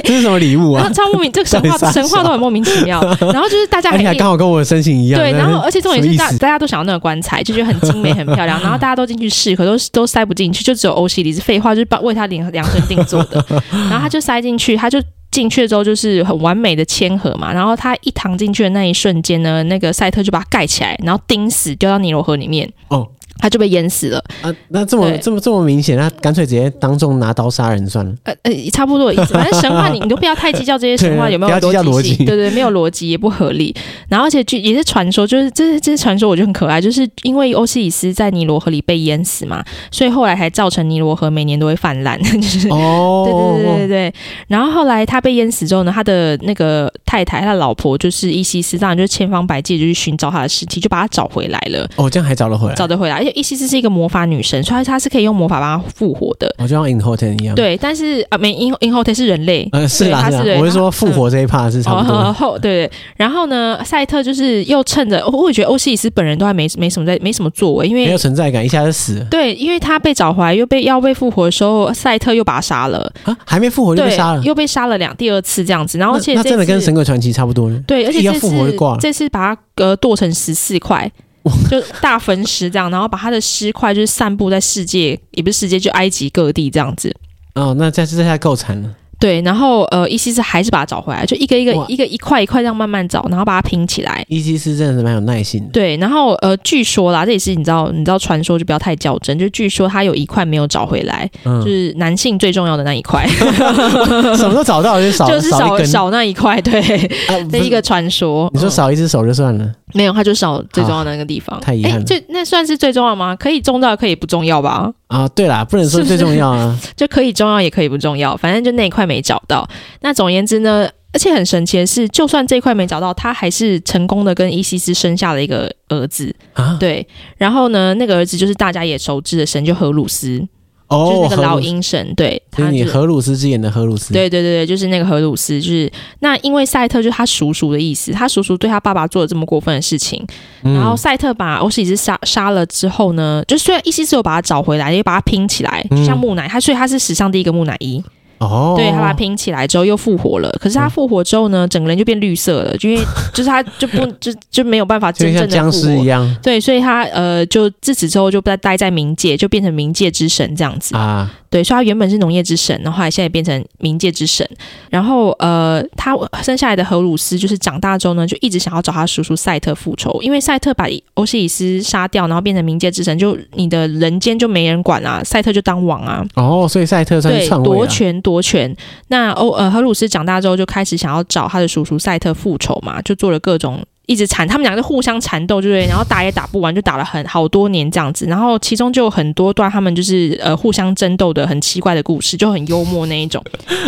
[SPEAKER 1] 这是什么礼物
[SPEAKER 2] 然
[SPEAKER 1] 啊
[SPEAKER 2] 后？超莫名，这个 神
[SPEAKER 1] 到底
[SPEAKER 2] 话
[SPEAKER 1] 啥
[SPEAKER 2] 神话都很莫名 其妙。然后就是大家
[SPEAKER 1] 而
[SPEAKER 2] 很
[SPEAKER 1] 且哎还刚好跟我的身形一样。
[SPEAKER 2] 对，
[SPEAKER 1] 但
[SPEAKER 2] 然后而且重点
[SPEAKER 1] 什么
[SPEAKER 2] 是
[SPEAKER 1] 意
[SPEAKER 2] 大
[SPEAKER 1] 思
[SPEAKER 2] 大家都想要那个棺材，就觉得很精美、很漂亮，然后大家都进去试，可都都塞不进去，就只有欧头洗礼是废话，就是帮为他量量身定做的。然后他就塞进去，他就进去了之后就是很完美的嵌合嘛。然后他一躺进去的那一瞬间呢，那个赛特就把它盖起来，然后钉死丢到尼罗河里面。
[SPEAKER 1] 哦，
[SPEAKER 2] 他就被淹死了。
[SPEAKER 1] 啊，那这么
[SPEAKER 2] 呃对
[SPEAKER 1] 这么这么明显，那干脆直接当众拿刀杀人算了。
[SPEAKER 2] 呃呃，差不多的意思。反正 神话你你都不要太计较这些神
[SPEAKER 1] 对
[SPEAKER 2] 话
[SPEAKER 1] 啊
[SPEAKER 2] 有没
[SPEAKER 1] 不
[SPEAKER 2] 有
[SPEAKER 1] 要计较
[SPEAKER 2] 逻
[SPEAKER 1] 逻辑
[SPEAKER 2] 性，对对，没有逻辑也不合理。然后而且就也是传说，就是这这这些传说我觉得很可爱，就是因为欧西里斯在尼罗河里被淹死嘛，所以后来才造成尼罗河每年都会泛滥， 就是。对
[SPEAKER 1] 哦，
[SPEAKER 2] 对对对对，然后后来他被淹死之后呢，他的那个太太，他的老婆就是伊西斯，当然就是千方百计就去寻找他的尸体，就把他找回来了，
[SPEAKER 1] 哦，这样还找了回来，
[SPEAKER 2] 找得回来。而且伊西斯是一个魔法女神，所以她是可以用魔法把他复活的。
[SPEAKER 1] 哦，就像 In Hotel 一样。，
[SPEAKER 2] 对，但是啊，没 in in 后台是人类，
[SPEAKER 1] 呃，是啦
[SPEAKER 2] 对
[SPEAKER 1] 是
[SPEAKER 2] 他
[SPEAKER 1] 啦
[SPEAKER 2] 是，人
[SPEAKER 1] 我是说复活这一趴是差不多
[SPEAKER 2] 哦，
[SPEAKER 1] 的。
[SPEAKER 2] 后对对，然后呢，赛特就是又趁着，我我也觉得欧西里斯本人都还没没什么在没什么作为，因
[SPEAKER 1] 没
[SPEAKER 2] 为
[SPEAKER 1] 有存在感，一下就死了
[SPEAKER 2] 对，因为他被找回来又被要被复活的时候，赛特又把他杀了，
[SPEAKER 1] 啊！还没复活就被
[SPEAKER 2] 对
[SPEAKER 1] 杀了，，
[SPEAKER 2] 又被杀了两第二次这样子，然后
[SPEAKER 1] 那
[SPEAKER 2] 而且
[SPEAKER 1] 那
[SPEAKER 2] 这
[SPEAKER 1] 真的跟《
[SPEAKER 2] 次
[SPEAKER 1] 神鬼传奇》差不多了。
[SPEAKER 2] 对，而且
[SPEAKER 1] 一要
[SPEAKER 2] 这
[SPEAKER 1] 复活就
[SPEAKER 2] 次
[SPEAKER 1] 挂了
[SPEAKER 2] 这次把它呃剁成十四块
[SPEAKER 1] 哇。
[SPEAKER 2] 就大分尸这样，然后把他的尸块就是散布在世界，也不是世界，就埃及各地这样子。
[SPEAKER 1] 哦，那这这下够惨了。
[SPEAKER 2] 对，然后呃，伊西斯还是把它找回来，就一个一个
[SPEAKER 1] 哇
[SPEAKER 2] 一个一块一块这样慢慢找，然后把它拼起来。
[SPEAKER 1] 伊基斯真的是蛮有耐心的。
[SPEAKER 2] 对，然后呃，据说啦，这也是你知道，你知道传说就不要太较真，就据说他有一块没有找回来，
[SPEAKER 1] 嗯
[SPEAKER 2] 就，是男性最重要的那一块，
[SPEAKER 1] 什么都找到，就少
[SPEAKER 2] 就是
[SPEAKER 1] 少
[SPEAKER 2] 少
[SPEAKER 1] 一根。
[SPEAKER 2] 少那一块，对，
[SPEAKER 1] 啊不
[SPEAKER 2] 这
[SPEAKER 1] 是
[SPEAKER 2] 一个传说。
[SPEAKER 1] 你说
[SPEAKER 2] 嗯、
[SPEAKER 1] 少一只手就算了，
[SPEAKER 2] 没有，他就少最重要的那个地方，
[SPEAKER 1] 太遗憾
[SPEAKER 2] 哎
[SPEAKER 1] 了
[SPEAKER 2] 这那算是最重要吗？可以重要，可以不重要吧？
[SPEAKER 1] 啊，对啦，不能说
[SPEAKER 2] 是不
[SPEAKER 1] 最
[SPEAKER 2] 是
[SPEAKER 1] 重要啊。
[SPEAKER 2] 就可以重要，也可以不重要，反正就那一块没找到。那总而言之呢，而且很神奇的是，就算这一块没找到，他还是成功的跟伊西斯生下了一个儿子。
[SPEAKER 1] 啊，
[SPEAKER 2] 对，然后呢，那个儿子就是大家也熟知的神，就荷鲁斯。就是
[SPEAKER 1] 哦，
[SPEAKER 2] 那个老
[SPEAKER 1] 荷鲁
[SPEAKER 2] 鹰神，对，
[SPEAKER 1] 就是
[SPEAKER 2] 他
[SPEAKER 1] 你
[SPEAKER 2] 就
[SPEAKER 1] 荷鲁斯之眼的荷鲁斯，，
[SPEAKER 2] 对对对对，就是那个荷鲁斯，就是那因为赛特就是他叔叔的意思，他叔叔对他爸爸做了这么过分的事情，
[SPEAKER 1] 嗯
[SPEAKER 2] 然后赛特把欧西里斯杀杀了之后呢，就虽然伊西斯有把他找回来，也把他拼起来，就像
[SPEAKER 1] 嗯
[SPEAKER 2] 木乃他，所以他是史上第一个木乃伊，
[SPEAKER 1] 哦，嗯
[SPEAKER 2] 对他把他拼起来之后又复活了，可是他复活之后呢，整个人就变绿色了，因为 就是他就不就就没有办 法
[SPEAKER 1] 就
[SPEAKER 2] 真
[SPEAKER 1] 像
[SPEAKER 2] 正
[SPEAKER 1] 僵
[SPEAKER 2] 的复
[SPEAKER 1] 尸一
[SPEAKER 2] 活。
[SPEAKER 1] 样
[SPEAKER 2] 对，所以他呃，就自此之后就不再待在冥界，就变成冥界之神这样子。
[SPEAKER 1] 啊，
[SPEAKER 2] 对，所以他原本是农业之神，然后后来现在变成冥界之神。然后呃，他生下来的荷鲁斯就是长大之后呢，就一直想要找他叔叔赛特复仇，因为赛特把欧西里斯杀掉，然后变成冥界之神，就你的人间就没人管啊，赛特就当王啊。
[SPEAKER 1] 哦，所以赛特算是
[SPEAKER 2] 对，
[SPEAKER 1] 篡位啊
[SPEAKER 2] 夺
[SPEAKER 1] 了。
[SPEAKER 2] 权夺权。那欧呃荷鲁斯长大之后就开始想要找他的叔叔赛特复仇嘛，就做了各种一直缠，他们两个就互相缠斗，对不对？然后打也打不完，就打了很好多年这样子。然后其中就有很多段他们就是呃互相争斗的很奇怪的故事，就很幽默那一种。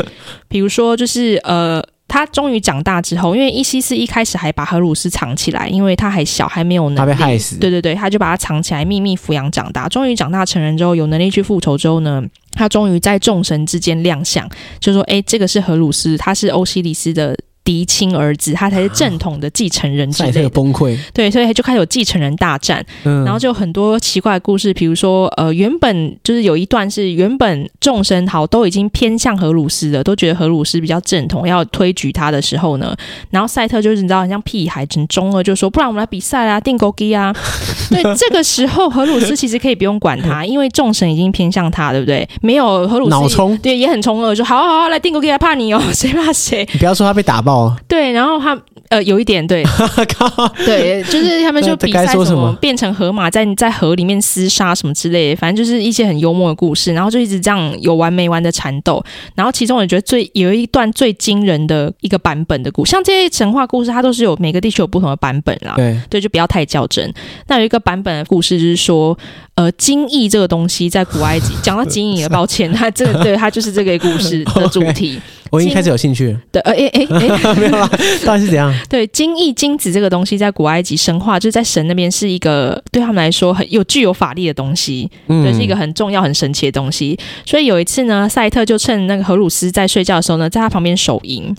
[SPEAKER 2] 比如说就是呃。他终于长大之后，因为伊西斯一开始还把荷鲁斯藏起来，因为他还小，还没有能力。
[SPEAKER 1] 他被害死，
[SPEAKER 2] 对对对，他就把他藏起来，秘密抚养长大。终于长大成人之后，有能力去复仇之后呢，他终于在众神之间亮相，就说：“哎，这个是荷鲁斯，他是欧西里斯的嫡亲儿子，他才是正统的继承人之
[SPEAKER 1] 赛
[SPEAKER 2] 类
[SPEAKER 1] 特
[SPEAKER 2] 的。”
[SPEAKER 1] 崩溃，
[SPEAKER 2] 对，所以就开始有继承人大战，
[SPEAKER 1] 嗯，
[SPEAKER 2] 然后就有很多奇怪的故事，比如说，呃，原本就是有一段是原本众神好都已经偏向荷鲁斯的，都觉得荷鲁斯比较正统，要推举他的时候呢，然后赛特就是你知道很像屁孩，很中二，就说不然我们来比赛啊，定勾机啊。 对，这个时候荷鲁斯其实可以不用管他，因为众神已经偏向他，对不对？没有荷鲁
[SPEAKER 1] 嗯脑
[SPEAKER 2] 斯。
[SPEAKER 1] 冲，
[SPEAKER 2] 对，也很中二，说好啊好啊来定勾机来怕你哦， 谁怕谁？
[SPEAKER 1] 你不要说他被打 爆啊，
[SPEAKER 2] 对，然后他呃有一点对，
[SPEAKER 1] 靠，
[SPEAKER 2] 对，就是他们就
[SPEAKER 1] 那
[SPEAKER 2] 比
[SPEAKER 1] 该
[SPEAKER 2] 赛
[SPEAKER 1] 说什
[SPEAKER 2] 什么
[SPEAKER 1] 么
[SPEAKER 2] 变成河马在在河里面厮杀什么之类的，反正就是一些很幽默的故事，然后就一直这样有完没完的缠斗。然后其中我觉得最有一段最惊人的一个版本的故像这些神话故事，它都是有每个地区有不同的版本啦。
[SPEAKER 1] 对，
[SPEAKER 2] 对，就不要太较真。那有一个版本的故事就是说，呃，精益这个东西在古埃及，讲到精益了，抱歉，它这个对它就是这个故事的 主
[SPEAKER 1] OK
[SPEAKER 2] 题。
[SPEAKER 1] 我已经开始有兴 趣了，
[SPEAKER 2] 对，呃，诶诶诶，
[SPEAKER 1] 没有啦，到底是怎样？
[SPEAKER 2] 对，精益精子这个东西，在古埃及神话，就是在神那边是一个对他们来说很有具有法力的东西，
[SPEAKER 1] 嗯，
[SPEAKER 2] 对，是一个很重要、很神奇的东西。所以有一次呢，赛特就趁那个荷鲁斯在睡觉的时候呢，在他旁边手淫，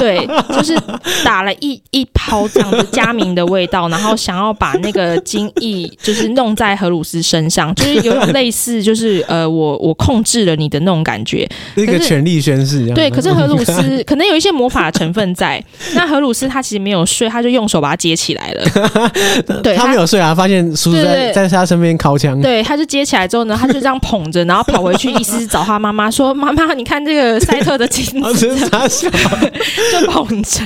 [SPEAKER 2] 对，就是打了一一泡这样子加明的味道，然后想要把那个精益就是弄在荷鲁斯身上，就是有种类似就是呃，我我控制了你的那种感觉。
[SPEAKER 1] 是一个
[SPEAKER 2] 可是
[SPEAKER 1] 权力宣誓这样，
[SPEAKER 2] 对，可可是荷鲁斯可能有一些魔法成分 在。那荷鲁斯他其实没有睡，他就用手把它接 起来了。对，
[SPEAKER 1] 他没有睡啊，发现叔叔
[SPEAKER 2] 对
[SPEAKER 1] 在
[SPEAKER 2] 对
[SPEAKER 1] 在他身边掏 枪，
[SPEAKER 2] 对，他就接起来之后呢，他就这样捧着，然后跑回去，意思是找他妈妈说：“妈妈，你看这个赛特的金
[SPEAKER 1] 啊，
[SPEAKER 2] 子
[SPEAKER 1] 真 是傻笑。
[SPEAKER 2] 就捧着。”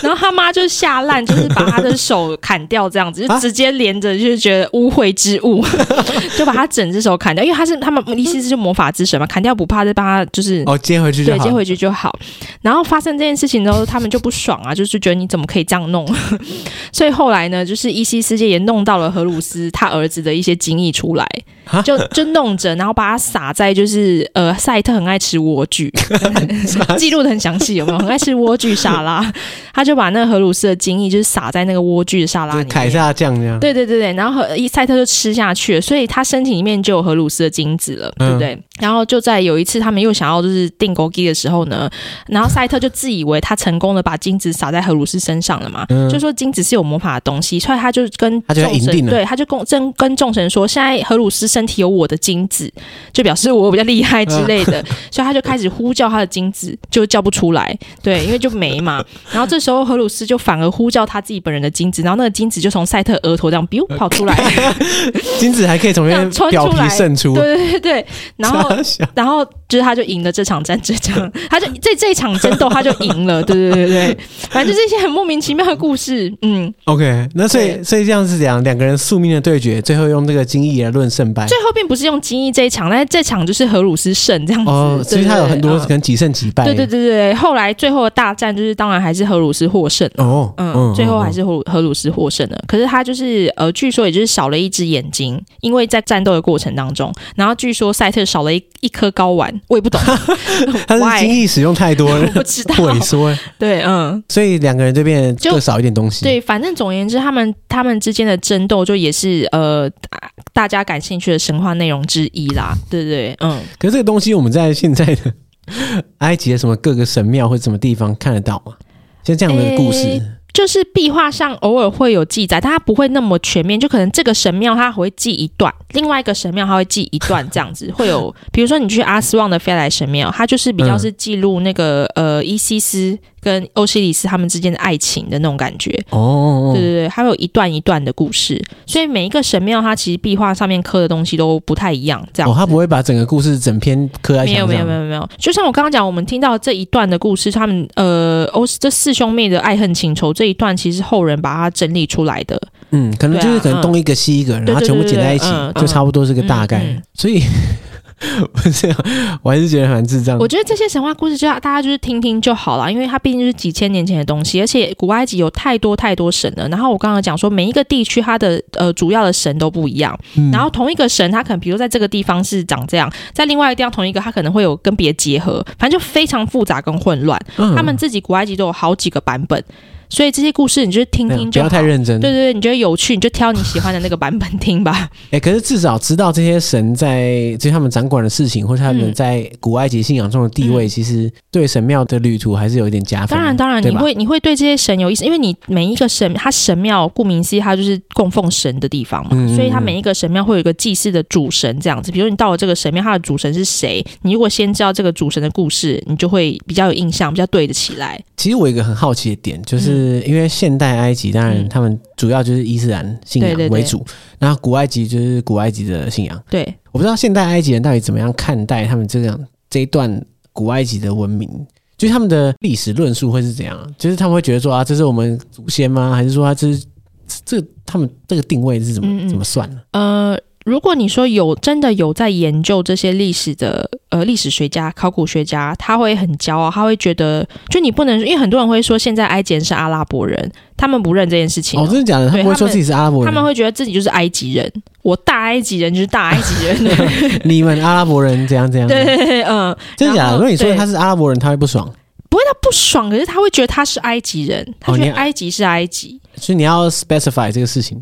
[SPEAKER 2] 然后他妈就吓烂，就是把他的手砍掉，这样子
[SPEAKER 1] 啊
[SPEAKER 2] 就直接连着，就是觉得污秽之 物，就把他整只手砍掉。因为他是他们伊西斯就魔法之神嘛，砍掉不怕，再帮他就是
[SPEAKER 1] 哦，接回去就
[SPEAKER 2] 对，
[SPEAKER 1] 好。
[SPEAKER 2] 接回去就好。然后发生这件事情之后，他们就不爽啊， 就是觉得你怎么可以这样弄？ 所以后来呢，就是伊西斯界也弄到了荷鲁斯他儿子的一些精液出来
[SPEAKER 1] 哈，
[SPEAKER 2] 就就弄着，然后把它撒在就是呃，赛特很爱吃莴苣，记录的很详细，有没有？很爱吃莴苣沙拉，他就把那个荷鲁斯的精液就是撒在那个莴苣的沙拉
[SPEAKER 1] 就
[SPEAKER 2] 里
[SPEAKER 1] 是
[SPEAKER 2] 面。
[SPEAKER 1] 凯撒酱这样，
[SPEAKER 2] 对对对对，然后荷伊赛特就吃下去了，所以他身体里面就有荷鲁斯的精子了，对不对？然后就在有一次他们又想要就是订狗鸡的时候呢，然后赛特就自以为他成功的把精子撒在荷鲁斯身上了嘛，
[SPEAKER 1] 嗯
[SPEAKER 2] 就说精子是有魔法的东西，所以他就跟
[SPEAKER 1] 他觉得
[SPEAKER 2] 众
[SPEAKER 1] 赢定
[SPEAKER 2] 神
[SPEAKER 1] 了
[SPEAKER 2] 对，他就跟真跟众神说，现在荷鲁斯身体有我的精子，就表示我比较厉害之类
[SPEAKER 1] 啊
[SPEAKER 2] 的，所以他就开始呼叫他的精子，就叫不出来，对，因为就 没嘛。然后这时候荷鲁斯就反而呼叫他自己本人的精子，然后那个精子就从赛特额头这样 biu 跑 出来，
[SPEAKER 1] 金子还可以从那边
[SPEAKER 2] 这样抽出
[SPEAKER 1] 表皮
[SPEAKER 2] 来
[SPEAKER 1] 渗出
[SPEAKER 2] 对，对对对，然后
[SPEAKER 1] 傻笑
[SPEAKER 2] 然后就是他就赢了这场战 争，这样他就这这一场争斗他就赢了，对对对对，反正就是一些很莫名其妙的故事，嗯，
[SPEAKER 1] OK，那所以
[SPEAKER 2] 对
[SPEAKER 1] 所以这样是怎样？两个人宿命的对决，最后用这个精益来论胜败。
[SPEAKER 2] 最后并不是用精益这一场，但是这场就是荷鲁斯胜这样子，
[SPEAKER 1] 哦，
[SPEAKER 2] 对
[SPEAKER 1] 所以他有很多
[SPEAKER 2] 对
[SPEAKER 1] 可
[SPEAKER 2] 对
[SPEAKER 1] 能几胜几败。
[SPEAKER 2] 对对对对，后来最后的大战就是当然还是荷鲁斯获胜。
[SPEAKER 1] 哦，
[SPEAKER 2] 嗯，最后还
[SPEAKER 1] 是
[SPEAKER 2] 是荷鲁荷鲁斯获胜了。可是他就是呃，据说也就是少了一只眼睛，因为在战斗的过程当中，然后据说赛特少了一一颗睾丸，我 也不懂
[SPEAKER 1] 他是精
[SPEAKER 2] ，why
[SPEAKER 1] 益使用太多
[SPEAKER 2] 我
[SPEAKER 1] 了，
[SPEAKER 2] 不 知道。
[SPEAKER 1] 萎缩，
[SPEAKER 2] 对，嗯，
[SPEAKER 1] 所以两个人就变得
[SPEAKER 2] 就
[SPEAKER 1] 各少一点东西。
[SPEAKER 2] 对，反正总而言之，他们他们之间的争斗就也是呃大大家感兴趣的神话内容之一啦，对不对？嗯，
[SPEAKER 1] 可是这个东西我们在现在的埃及的什么各个神庙或者什么地方看得到吗？像这样的故事，
[SPEAKER 2] 诶就是壁画上偶尔会有记载，但它不会那么全面。就可能这个神庙它会记一段，另外一个神庙它会记一段，这样子会有。比如说你去阿斯旺的飞来神庙，它就是比较
[SPEAKER 1] 嗯
[SPEAKER 2] 是记录那个、呃伊西斯跟欧西里斯他们之间的爱情的那种感觉。
[SPEAKER 1] 哦哦，哦
[SPEAKER 2] 对对对，它会有一段一段的故事，所以每一个神庙它其实壁画上面刻的东西都不太一样，这样
[SPEAKER 1] 哦，
[SPEAKER 2] 子。
[SPEAKER 1] 他不会把整个故事整篇刻在
[SPEAKER 2] 没有
[SPEAKER 1] 墙
[SPEAKER 2] 没有没
[SPEAKER 1] 上。
[SPEAKER 2] 有没有，就像我刚刚讲，我们听到这一段的故事，他们呃，欧这四兄妹的爱恨情仇这一段，其实后人把它整理出来的。
[SPEAKER 1] 嗯，可能
[SPEAKER 2] 对啊
[SPEAKER 1] 就是可能东一个西一个，然后
[SPEAKER 2] 对对
[SPEAKER 1] 全部
[SPEAKER 2] 对
[SPEAKER 1] 剪在一起
[SPEAKER 2] 对对，嗯
[SPEAKER 1] 就差不多是个大概
[SPEAKER 2] 嗯嗯。
[SPEAKER 1] 所以 不是啊，我还是觉得蛮智障的
[SPEAKER 2] 我。觉得这些神话故事就要大家就是听听就好了，因为它毕竟是几千年前的东西，而且古埃及有太多太多神了。然后我刚刚讲说，每一个地区它的呃主要的神都不一样，
[SPEAKER 1] 嗯
[SPEAKER 2] 然后同一个神，它可能比如在这个地方是长这样，在另外一个地方同一个，它可能会有跟别的结合，反正就非常复杂跟混乱。
[SPEAKER 1] 嗯
[SPEAKER 2] 他们自己古埃及都有好几个版本，所以这些故事你就是听
[SPEAKER 1] 那样
[SPEAKER 2] 听
[SPEAKER 1] 哎不
[SPEAKER 2] 就
[SPEAKER 1] 要
[SPEAKER 2] 好。
[SPEAKER 1] 太认真。
[SPEAKER 2] 对对对，你觉得有趣，你就挑你喜欢的那个版本 听吧。
[SPEAKER 1] 哎、可是至少知道这些神在就是他们掌管的事情，或是他们
[SPEAKER 2] 嗯
[SPEAKER 1] 在古埃及信仰中的地位，
[SPEAKER 2] 嗯
[SPEAKER 1] 其实对神庙的旅途还是有一点加分的。
[SPEAKER 2] 当然当然，
[SPEAKER 1] 对
[SPEAKER 2] 你
[SPEAKER 1] 吧
[SPEAKER 2] 会你会对这些神有意思，因为你每一个神，它神庙顾名思义，它就是供奉神的地方嘛，
[SPEAKER 1] 嗯嗯
[SPEAKER 2] 所以它
[SPEAKER 1] 嗯
[SPEAKER 2] 每一个神庙会有一个祭祀的主神这样子。比如你到了这个神庙，它的主神是谁，你如果先知道这个主神的故事，你就会比较有印象，比较对得起来。
[SPEAKER 1] 其实我有一个很好奇的点，就是因为现代埃及，当然
[SPEAKER 2] 嗯
[SPEAKER 1] 他们主要就是伊斯兰信仰
[SPEAKER 2] 对对对
[SPEAKER 1] 为主，然后古埃及就是古埃及的信仰。
[SPEAKER 2] 对，
[SPEAKER 1] 我不知道现代埃及人到底怎么样看待他们这样这一段古埃及的文明，就是他们的历史论述会是怎样？就是他们会觉得说啊，这是我们祖先吗？还是说啊，这是这他们这个定位是怎么
[SPEAKER 2] 嗯嗯
[SPEAKER 1] 怎么算呢？
[SPEAKER 2] 呃，如果你说有真的有在研究这些历史的呃历史学家、考古学家，他会很骄傲，他会觉得就你不能，因为很多人会说现在埃及人是阿拉伯人，他们不认这件事情哦、
[SPEAKER 1] 哦，真的假的？他
[SPEAKER 2] 对
[SPEAKER 1] 们不会
[SPEAKER 2] 他
[SPEAKER 1] 说
[SPEAKER 2] 们
[SPEAKER 1] 自己是阿拉伯
[SPEAKER 2] 他
[SPEAKER 1] 人，
[SPEAKER 2] 们会觉得自己就是埃及人，我大埃及人就是大埃 及人，对
[SPEAKER 1] 你们阿拉伯人怎样怎样？
[SPEAKER 2] 对对，对嗯，
[SPEAKER 1] 真的假
[SPEAKER 2] 然
[SPEAKER 1] 的？
[SPEAKER 2] 后
[SPEAKER 1] 如果你说
[SPEAKER 2] 对
[SPEAKER 1] 他是阿拉伯人，他会不爽，
[SPEAKER 2] 不爽，可是他会觉得他是埃及人，他
[SPEAKER 1] 哦
[SPEAKER 2] 觉
[SPEAKER 1] 你
[SPEAKER 2] 得埃及是埃及，
[SPEAKER 1] 所以你要 specify 这个事情。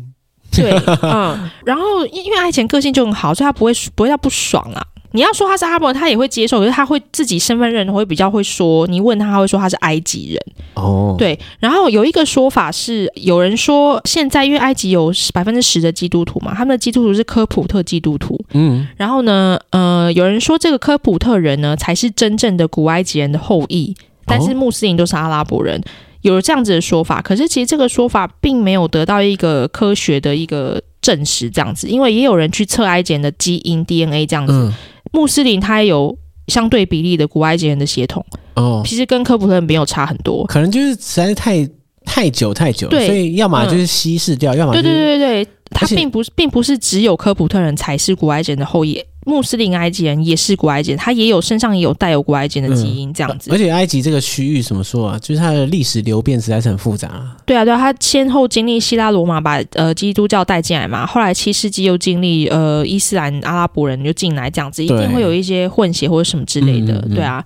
[SPEAKER 2] 对，嗯，然后因因为埃及人个性就很好，所以他不会不会他不爽啊，你要说他是阿拉伯人，他也会接受，可是他会自己身份认同会比较会说，你问他，他会说他是埃及人。
[SPEAKER 1] 哦，
[SPEAKER 2] 对，然后有一个说法是，有人说现在因为埃及有百分之十的基督徒嘛，他们的基督徒是科普特基督徒。
[SPEAKER 1] 嗯，
[SPEAKER 2] 然后呢，呃，有人说这个科普特人呢才是真正的古埃及人的后裔，但是
[SPEAKER 1] 哦
[SPEAKER 2] 穆斯林都是阿拉伯人。有这样子的说法，可是其实这个说法并没有得到一个科学的一个证实，这样子，因为也有人去测埃及人的基因 DNA 这样子，
[SPEAKER 1] 嗯，
[SPEAKER 2] 穆斯林他也有相对比例的古埃及人的血统，
[SPEAKER 1] 哦，
[SPEAKER 2] 其实跟科普特人没有差很多。
[SPEAKER 1] 可能就是实在是太太久太久了，
[SPEAKER 2] 对嗯
[SPEAKER 1] 所以要么就是稀释掉，要么就
[SPEAKER 2] 对
[SPEAKER 1] 是
[SPEAKER 2] 对对对对，他
[SPEAKER 1] 而且
[SPEAKER 2] 并不是并不是只有科普特人才是古埃及人的后裔，穆斯林埃及人也是古埃及人，他也有身上也有带有古埃
[SPEAKER 1] 嗯
[SPEAKER 2] 及人的基因，这样子。
[SPEAKER 1] 而且埃及这个区域怎么说啊？就是它的历史流变实在是很复杂、
[SPEAKER 2] 对啊，对啊，他先后经历希腊罗马把呃基督教带进来嘛，后来七世纪又经历呃伊斯兰阿拉伯人就进来，这样子一定
[SPEAKER 1] 对
[SPEAKER 2] 会有一些混血或者什么之类的，
[SPEAKER 1] 嗯嗯嗯
[SPEAKER 2] 对啊。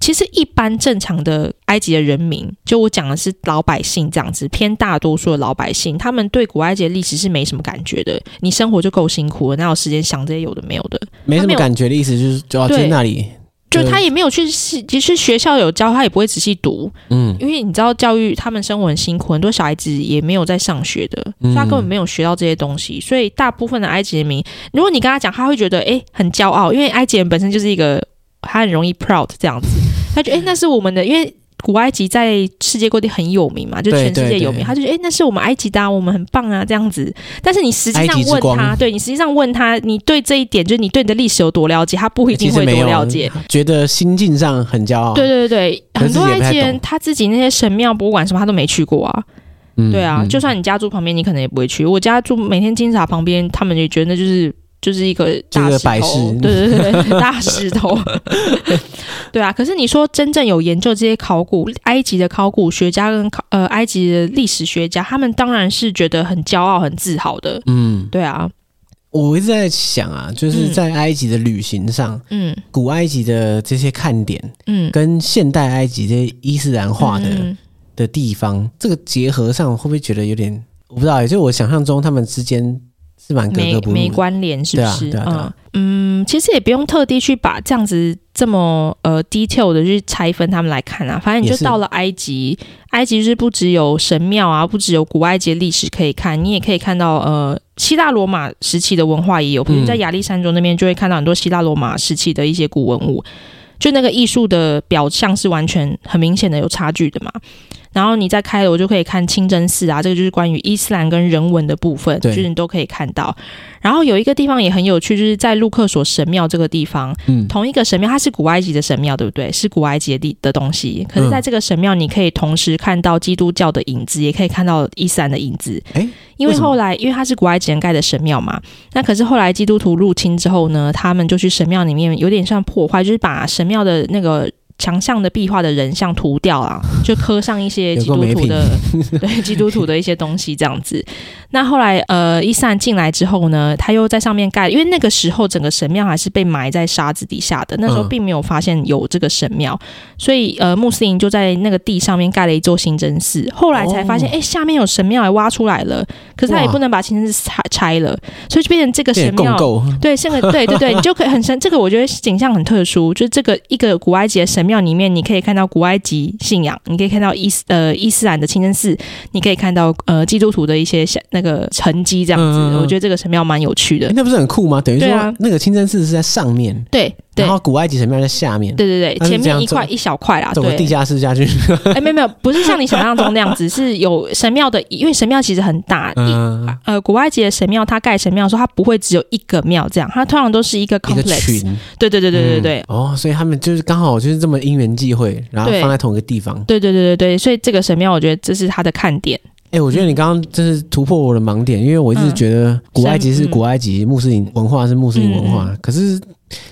[SPEAKER 2] 其实一般正常的埃及的人民，就我讲的是老百姓这样子，偏大多数的老百姓，他们对古埃及的历史是没什么感觉的。你生活就够辛苦了，哪有时间想这些有的没有的？
[SPEAKER 1] 没什
[SPEAKER 2] 它
[SPEAKER 1] 么
[SPEAKER 2] 没有
[SPEAKER 1] 感觉的意思，就是哦就要
[SPEAKER 2] 对
[SPEAKER 1] 去那里，
[SPEAKER 2] 就
[SPEAKER 1] 对
[SPEAKER 2] 他也没有去细，其实学校有教，他也不会仔细读，
[SPEAKER 1] 嗯，
[SPEAKER 2] 因为你知道教育他们生活很辛苦，很多小孩子也没有在上学的，所
[SPEAKER 1] 嗯
[SPEAKER 2] 以他根本没有学到这些东西。所以大部分的埃及人民，如果你跟他讲，他会觉得诶很骄傲，因为埃及人本身就是一个他很容易 proud 这样子，他觉得诶那是我们的，因为。古埃及在世界各地很有名嘛，就
[SPEAKER 1] 对
[SPEAKER 2] 全世
[SPEAKER 1] 对
[SPEAKER 2] 界有
[SPEAKER 1] 对
[SPEAKER 2] 名。他就觉得，诶那是我们埃及的、啊，我们很棒啊，这样子。但是你实际
[SPEAKER 1] 埃
[SPEAKER 2] 上
[SPEAKER 1] 及之
[SPEAKER 2] 问
[SPEAKER 1] 光
[SPEAKER 2] 他，对你实际上问他，你对这一点，就是你对你的历史有多了解，他不一定
[SPEAKER 1] 其实
[SPEAKER 2] 会
[SPEAKER 1] 没
[SPEAKER 2] 多
[SPEAKER 1] 有
[SPEAKER 2] 了解。，
[SPEAKER 1] 觉得心境上很骄傲，
[SPEAKER 2] 对对对对，
[SPEAKER 1] 哦可是
[SPEAKER 2] 很多
[SPEAKER 1] 自己也不
[SPEAKER 2] 埃
[SPEAKER 1] 太
[SPEAKER 2] 及人
[SPEAKER 1] 懂
[SPEAKER 2] 他自己那些神庙、博物馆什么他都没去过啊。
[SPEAKER 1] 嗯
[SPEAKER 2] 对啊，
[SPEAKER 1] 嗯
[SPEAKER 2] 就算你家住旁边，你可能也不会去。我家住每天金字塔旁边，他们也觉得那就是就是一个
[SPEAKER 1] 就是
[SPEAKER 2] 大石
[SPEAKER 1] 个摆
[SPEAKER 2] 头
[SPEAKER 1] 饰，
[SPEAKER 2] 对对对对，大 石头。对啊，可是你说真正有研究这些考古，埃及的考古学家跟考呃埃及的历史学家，他们当然是觉得很骄傲、很自豪的。
[SPEAKER 1] 嗯，
[SPEAKER 2] 对啊，
[SPEAKER 1] 我一直在想啊，就是
[SPEAKER 2] 嗯
[SPEAKER 1] 在埃及的旅行上，
[SPEAKER 2] 嗯
[SPEAKER 1] 古埃及的这些看点
[SPEAKER 2] 嗯，
[SPEAKER 1] 跟现代埃及这些伊斯兰化的、
[SPEAKER 2] 嗯嗯
[SPEAKER 1] 的地方，这个结合上会不会觉得有点？我不知道欸，就我想象中他们之间是蛮格
[SPEAKER 2] 没
[SPEAKER 1] 格不
[SPEAKER 2] 没
[SPEAKER 1] 入的。
[SPEAKER 2] 关联，是不
[SPEAKER 1] 对
[SPEAKER 2] 是？
[SPEAKER 1] 啊对啊对啊
[SPEAKER 2] 嗯嗯，其实也不用特地去把这样子这么呃 detail 的去拆分他们来看啊，反正你就
[SPEAKER 1] 也是
[SPEAKER 2] 到了埃及，埃及就是不只有神庙啊，不只有古埃及的历史可以看，你也可以看到呃希腊罗马时期的文化也有，比如
[SPEAKER 1] 嗯
[SPEAKER 2] 在亚历山卓那边就会看到很多希腊罗马时期的一些古文物，就那个艺术的表象是完全很明显的有差距的嘛。然后你在开罗就可以看清真寺啊，这个就是关于伊斯兰跟人文的部分，就
[SPEAKER 1] 对
[SPEAKER 2] 是你都可以看到。然后有一个地方也很有趣，就是在路克索神庙这个地方，
[SPEAKER 1] 嗯，
[SPEAKER 2] 同一个神庙，它是古埃及的神庙，对不对？是古埃及的地的东西。可是，
[SPEAKER 1] 嗯
[SPEAKER 2] 在这个神庙，你可以同时看到基督教的影子，也可以看到伊斯兰的影子。
[SPEAKER 1] 诶
[SPEAKER 2] 因
[SPEAKER 1] 为
[SPEAKER 2] 为
[SPEAKER 1] 什么
[SPEAKER 2] 后来，因为它是古埃及人盖的神庙嘛，那可是后来基督徒入侵之后呢，他们就去神庙里面有点像破坏，就是把神庙的那个。墙上的壁画的人像涂掉啊，就刻上一 些
[SPEAKER 1] 有
[SPEAKER 2] 基
[SPEAKER 1] 够
[SPEAKER 2] 督
[SPEAKER 1] 没
[SPEAKER 2] 徒
[SPEAKER 1] 品
[SPEAKER 2] 的对基督徒的一些东西这样子。那后来呃，伊斯兰进来之后呢，他又在上面盖，因为那个时候整个神庙还是被埋在沙子底下的，那时候
[SPEAKER 1] 嗯
[SPEAKER 2] 并没有发现有这个神庙，所以呃，穆斯林就在那个地上面盖了一座清真寺。后来才发现，
[SPEAKER 1] 哦
[SPEAKER 2] 哎、下面有神庙，还挖出来了，可是他也
[SPEAKER 1] 哇
[SPEAKER 2] 不能把清真寺拆拆了，所以就变成这个
[SPEAKER 1] 变得
[SPEAKER 2] 神
[SPEAKER 1] 共
[SPEAKER 2] 庙。
[SPEAKER 1] 构，
[SPEAKER 2] 对，这个对对对，你就可以很深。这个我觉得景象很特殊，就是这个一个古埃及的神庙里面，你可以看到古埃及信仰，你可以看到伊斯呃伊斯兰的清真寺，你可以看到呃基督徒的一些像那个痕迹这样子。
[SPEAKER 1] 嗯嗯嗯嗯
[SPEAKER 2] 我觉得这个神庙蛮有趣的
[SPEAKER 1] 诶。那不是很酷吗？等于说
[SPEAKER 2] 对啊
[SPEAKER 1] 那个清真寺是在上面，
[SPEAKER 2] 对对
[SPEAKER 1] 然后古埃及神庙在下面，
[SPEAKER 2] 对对
[SPEAKER 1] 它
[SPEAKER 2] 对，
[SPEAKER 1] 是
[SPEAKER 2] 前
[SPEAKER 1] 这
[SPEAKER 2] 面
[SPEAKER 1] 样
[SPEAKER 2] 一块
[SPEAKER 1] 走
[SPEAKER 2] 一小块啦，
[SPEAKER 1] 走个地
[SPEAKER 2] 对，
[SPEAKER 1] 下室下去，
[SPEAKER 2] 哎，没有没有，不是像你想象中那样子，是有神庙的，因为神庙其实很大，一
[SPEAKER 1] 嗯，
[SPEAKER 2] 呃，古埃及的神庙，它盖神庙的时候，它不会只有一个庙这样，它通常都是一个
[SPEAKER 1] 一个
[SPEAKER 2] complex，
[SPEAKER 1] 群，
[SPEAKER 2] 对对对对对对
[SPEAKER 1] 嗯，哦，所以他们就是刚好就是这么因缘际会，然后
[SPEAKER 2] 对
[SPEAKER 1] 放在同一个地方。
[SPEAKER 2] 对对对对对，所以这个神庙，我觉得这是它的看点。
[SPEAKER 1] 哎、我觉得你刚刚真是突破我的盲点，因为我一直
[SPEAKER 2] 嗯
[SPEAKER 1] 觉得古埃及是古埃及，穆斯林文化是穆斯林文化。
[SPEAKER 2] 嗯
[SPEAKER 1] 可是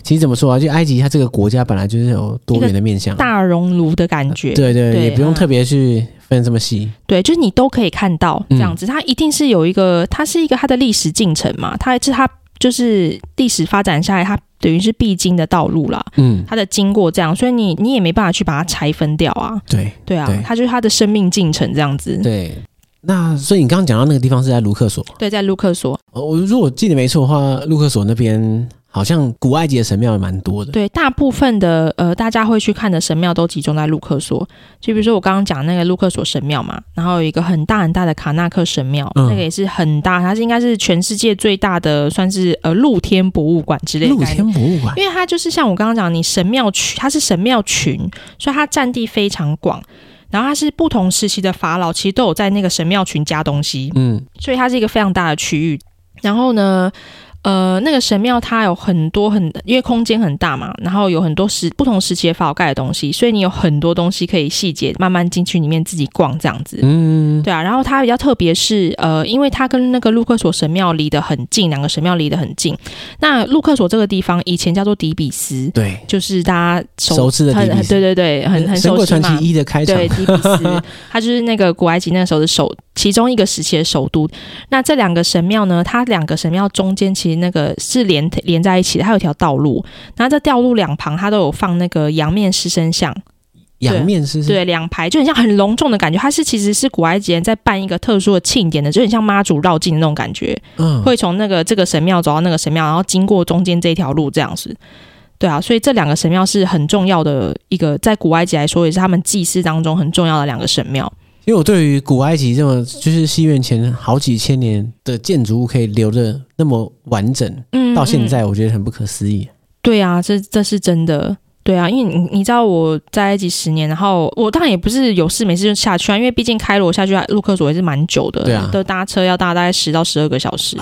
[SPEAKER 1] 其实怎么说啊，就埃及它这个国家本来就是有多元的面向，
[SPEAKER 2] 大熔炉的感觉，
[SPEAKER 1] 嗯对对，
[SPEAKER 2] 对
[SPEAKER 1] 也不用
[SPEAKER 2] 嗯
[SPEAKER 1] 特别去分这么细。
[SPEAKER 2] 对就是你都可以看到这
[SPEAKER 1] 嗯
[SPEAKER 2] 样子，它一定是有一个，它是一个它的历史进程嘛，它是它就是历史发展下来，它等于是必经的道路啦，
[SPEAKER 1] 嗯，
[SPEAKER 2] 它的经过这样，所以你你也没办法去把它拆分掉啊，
[SPEAKER 1] 对
[SPEAKER 2] 对啊，
[SPEAKER 1] 对
[SPEAKER 2] 它就是它的生命进程这样子，
[SPEAKER 1] 对。那所以你刚刚讲到那个地方是在卢克索，
[SPEAKER 2] 对在卢克索，
[SPEAKER 1] 呃我如果记得没错的话，卢克索那边好像古埃及的神庙也蛮多的。
[SPEAKER 2] 对，大部分的呃，大家会去看的神庙都集中在路克索。就比如说我刚刚讲那个路克索神庙嘛，然后有一个很大很大的卡纳克神庙，
[SPEAKER 1] 嗯
[SPEAKER 2] 那个也是很大，它是应该是全世界最大的，算是呃露天博物馆之类的
[SPEAKER 1] 露
[SPEAKER 2] 概念。
[SPEAKER 1] 天博物馆，
[SPEAKER 2] 因为它就是像我刚刚讲，你神庙群，它是神庙群，所以它占地非常广。然后它是不同时期的法老，其实都有在那个神庙群加东西。
[SPEAKER 1] 嗯，
[SPEAKER 2] 所以它是一个非常大的区域。然后呢，呃，那个神庙它有很多很，因为空间很大嘛，然后有很多时不同时期的法老盖的东西，所以你有很多东西可以细节慢慢进去里面自己逛这样子。
[SPEAKER 1] 嗯，
[SPEAKER 2] 对啊，然后它比较特别是，呃，因为它跟那个路克索神庙离得很近，两个神庙离得很近。那路克索这个地方以前叫做底比斯，
[SPEAKER 1] 对，
[SPEAKER 2] 就是大家熟
[SPEAKER 1] 熟知的
[SPEAKER 2] 很
[SPEAKER 1] 底比斯
[SPEAKER 2] 对对对，很很
[SPEAKER 1] 《神
[SPEAKER 2] 熟
[SPEAKER 1] 鬼
[SPEAKER 2] 悉
[SPEAKER 1] 传奇
[SPEAKER 2] 嘛。
[SPEAKER 1] 一》的开场
[SPEAKER 2] 对，，底比斯，它就是那个古埃及那时候的首，其中一个时期的首都。那这两个神庙呢，它两个神庙中间其实那个是连连在一起的，它有一条道路，然后这道路两旁它都有放那个羊面狮身像，
[SPEAKER 1] 仰面狮身，
[SPEAKER 2] 对，两排就很像很隆重的感觉。它是其实是古埃及人在办一个特殊的庆典的，就很像妈祖绕境的那种感觉，
[SPEAKER 1] 嗯，
[SPEAKER 2] 会从那个这个神庙走到那个神庙，然后经过中间这条路这样子。对啊，所以这两个神庙是很重要的一个，在古埃及来说也是他们祭祀当中很重要的两个神庙。
[SPEAKER 1] 因为我对于古埃及这么就是西元前好几千年的建筑物可以留的那么完整，
[SPEAKER 2] 嗯
[SPEAKER 1] 到现、
[SPEAKER 2] 嗯
[SPEAKER 1] 在我觉得很不可思议。
[SPEAKER 2] 对啊，这这是真的。对啊，因为你你知道我在埃及十年，然后我当然也不是有事没事就下去啊，因为毕竟开罗下去啊路克索也是蛮久的，
[SPEAKER 1] 对啊
[SPEAKER 2] 都搭车要搭大概十到十二个小时。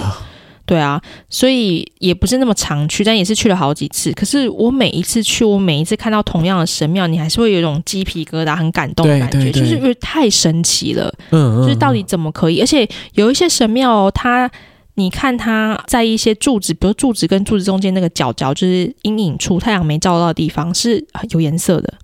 [SPEAKER 2] 对啊，所以也不是那么常去，但也是去了好几次。可是我每一次去，我每一次看到同样的神庙，你还是会有一种鸡皮疙瘩、很感动的
[SPEAKER 1] 对
[SPEAKER 2] 感觉，
[SPEAKER 1] 对对
[SPEAKER 2] 就是因为太神奇了。
[SPEAKER 1] 嗯嗯，
[SPEAKER 2] 就是到底怎么可以？而且有一些神庙、哦，它你看它在一些柱子，比如柱子跟柱子中间那个角角，就是阴影处太阳没照到的地方是呃有颜色的。